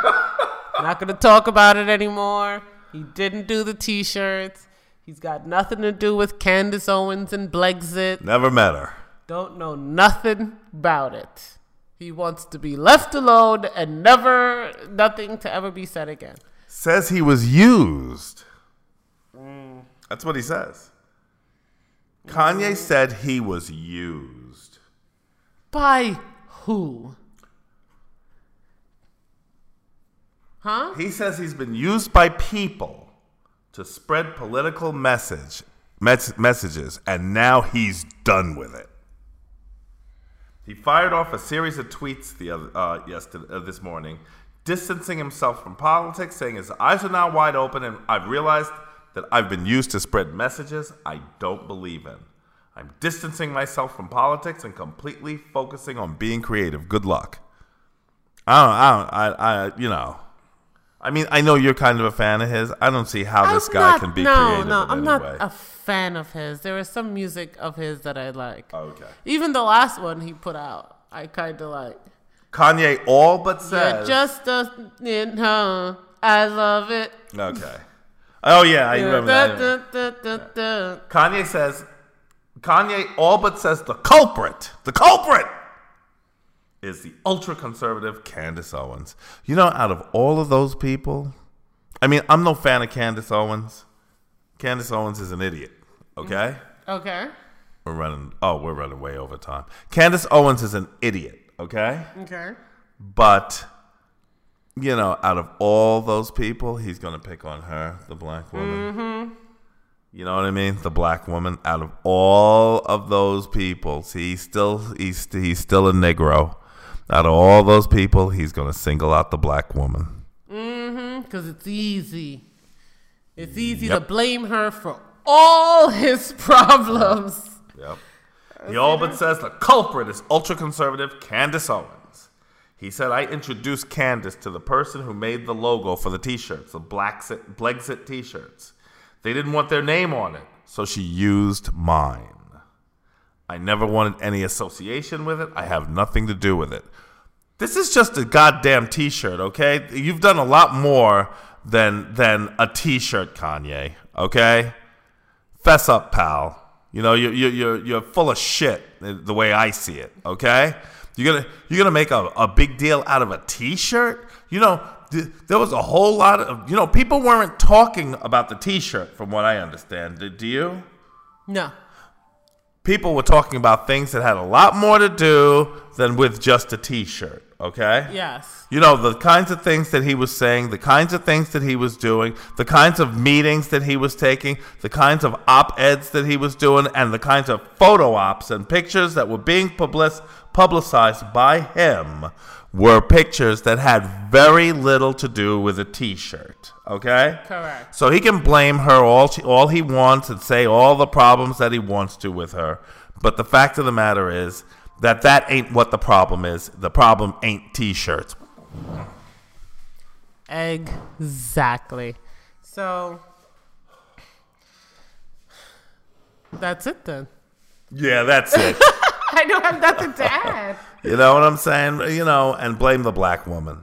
Speaker 2: not gonna talk about it anymore. He didn't do the t-shirts. He's got nothing to do with Candace Owens and Blexit.
Speaker 1: Never met her.
Speaker 2: Don't know nothing about it. He wants to be left alone and never nothing to ever be said again.
Speaker 1: Says he was used. That's what he says. Kanye said he was used.
Speaker 2: By who? Huh?
Speaker 1: He says he's been used by people to spread political message mes- messages, and now he's done with it. He fired off a series of tweets the other uh, yesterday, uh, this morning, distancing himself from politics, saying his eyes are now wide open, and I've realized that I've been used to spread messages I don't believe in. I'm distancing myself from politics and completely focusing on being creative. Good luck. I don't, I don't, I, I, you know. I mean, I know you're kind of a fan of his. I don't see how this
Speaker 2: I'm
Speaker 1: guy
Speaker 2: not-
Speaker 1: can be
Speaker 2: no,
Speaker 1: creative.
Speaker 2: No,
Speaker 1: in
Speaker 2: I'm
Speaker 1: any
Speaker 2: not
Speaker 1: way.
Speaker 2: a fan of his. There is some music of his that I like.
Speaker 1: Oh, Okay.
Speaker 2: Even the last one he put out, I kind of like.
Speaker 1: Kanye all but
Speaker 2: Yeah,
Speaker 1: says.
Speaker 2: just a, you know, I love it.
Speaker 1: okay. Oh yeah, I remember
Speaker 2: Da,
Speaker 1: that.
Speaker 2: da, da, da, da.
Speaker 1: Kanye says, Kanye all but says the culprit, the culprit is the ultra conservative Candace Owens. You know, out of all of those people, I mean, I'm no fan of Candace Owens. Candace Owens is an idiot, okay?
Speaker 2: Okay.
Speaker 1: We're running, oh, we're running way over time. Candace Owens is an idiot, okay?
Speaker 2: Okay.
Speaker 1: But, you know, out of all those people, he's going to pick on her, the black woman. You know what I mean? The black woman. Out of all of those people, see, he's still he's he's still a Negro. Out of all those people, he's going to single out the black woman.
Speaker 2: Because Mm-hmm, it's easy. It's easy to
Speaker 1: Yep.
Speaker 2: blame her for all his problems.
Speaker 1: Yep. He all but says the culprit is ultra conservative Candace Owens. He said, I introduced Candace to the person who made the logo for the t shirts, the Blacksit, Blexit t shirts. They didn't want their name on it, so she used mine. I never wanted any association with it. I have nothing to do with it. This is just a goddamn t shirt, okay? You've done a lot more than, than a t shirt, Kanye, okay? fess up, pal. You know, you're, you're, you're, you're full of shit uh, the way I see it, okay? You're gonna, you're gonna make a, a big deal out of a t shirt? You know, th- there was a whole lot of, you know, people weren't talking about the t shirt from what I understand. Do, do you?
Speaker 2: No.
Speaker 1: People were talking about things that had a lot more to do than with just a t shirt, okay?
Speaker 2: Yes.
Speaker 1: You know, the kinds of things that he was saying, the kinds of things that he was doing, the kinds of meetings that he was taking, the kinds of op eds that he was doing, and the kinds of photo ops and pictures that were being publis- publicized by him were pictures that had very little to do with a t shirt. Okay?
Speaker 2: Correct.
Speaker 1: So he can blame her all she, all he wants and say all the problems that he wants to with her. But the fact of the matter is that that ain't what the problem is. The problem ain't t-shirts.
Speaker 2: Exactly. So that's it then.
Speaker 1: Yeah, that's it.
Speaker 2: I don't have nothing to add.
Speaker 1: you know what I'm saying? You know, and blame the black woman.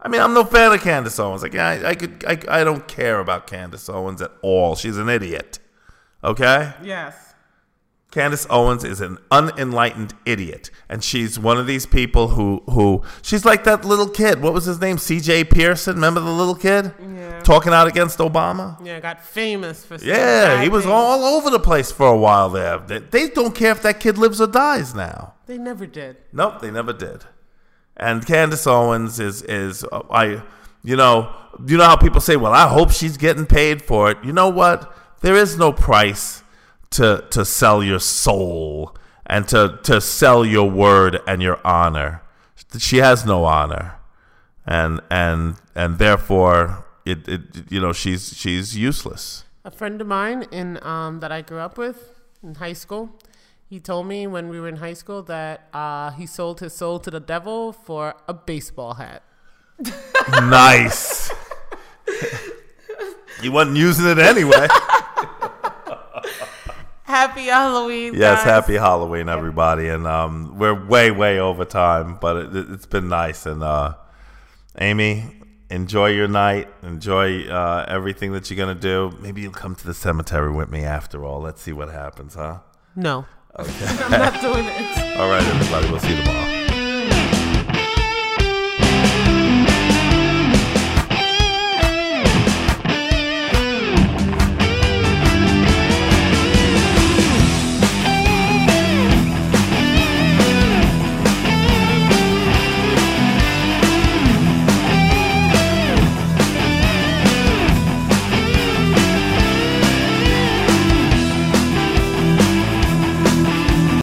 Speaker 1: I mean, I'm no fan of Candace Owens. Like, I, I could, I, I don't care about Candace Owens at all. She's an idiot. Okay.
Speaker 2: Yes.
Speaker 1: Candace Owens is an unenlightened idiot, and she's one of these people who who she's like that little kid. What was his name? C.J. Pearson. Remember the little kid
Speaker 2: Yeah.
Speaker 1: talking out against Obama?
Speaker 2: Yeah, got famous for some
Speaker 1: Yeah,
Speaker 2: bad
Speaker 1: he was
Speaker 2: things.
Speaker 1: all over the place for a while there. They, they don't care if that kid lives or dies now.
Speaker 2: They never did.
Speaker 1: Nope, they never did. And Candace Owens is is uh, I you know you know how people say, well, I hope she's getting paid for it. You know what? There is no price to to sell your soul and to to sell your word and your honor. She has no honor, and and and therefore it, it you know she's she's useless.
Speaker 2: A friend of mine in um, that I grew up with in high school, he told me when we were in high school that uh, he sold his soul to the devil for a baseball hat.
Speaker 1: nice. he wasn't using it anyway.
Speaker 2: Happy Halloween.
Speaker 1: Yes,
Speaker 2: guys.
Speaker 1: happy Halloween, everybody, and um, we're way, way over time, but it, it, it's been nice. And uh, Amy, enjoy your night. Enjoy uh, everything that you're gonna do. Maybe you'll come to the cemetery with me after all. Let's see what happens, huh?
Speaker 2: No. I'm not doing it.
Speaker 1: All right, everybody. We'll see you tomorrow.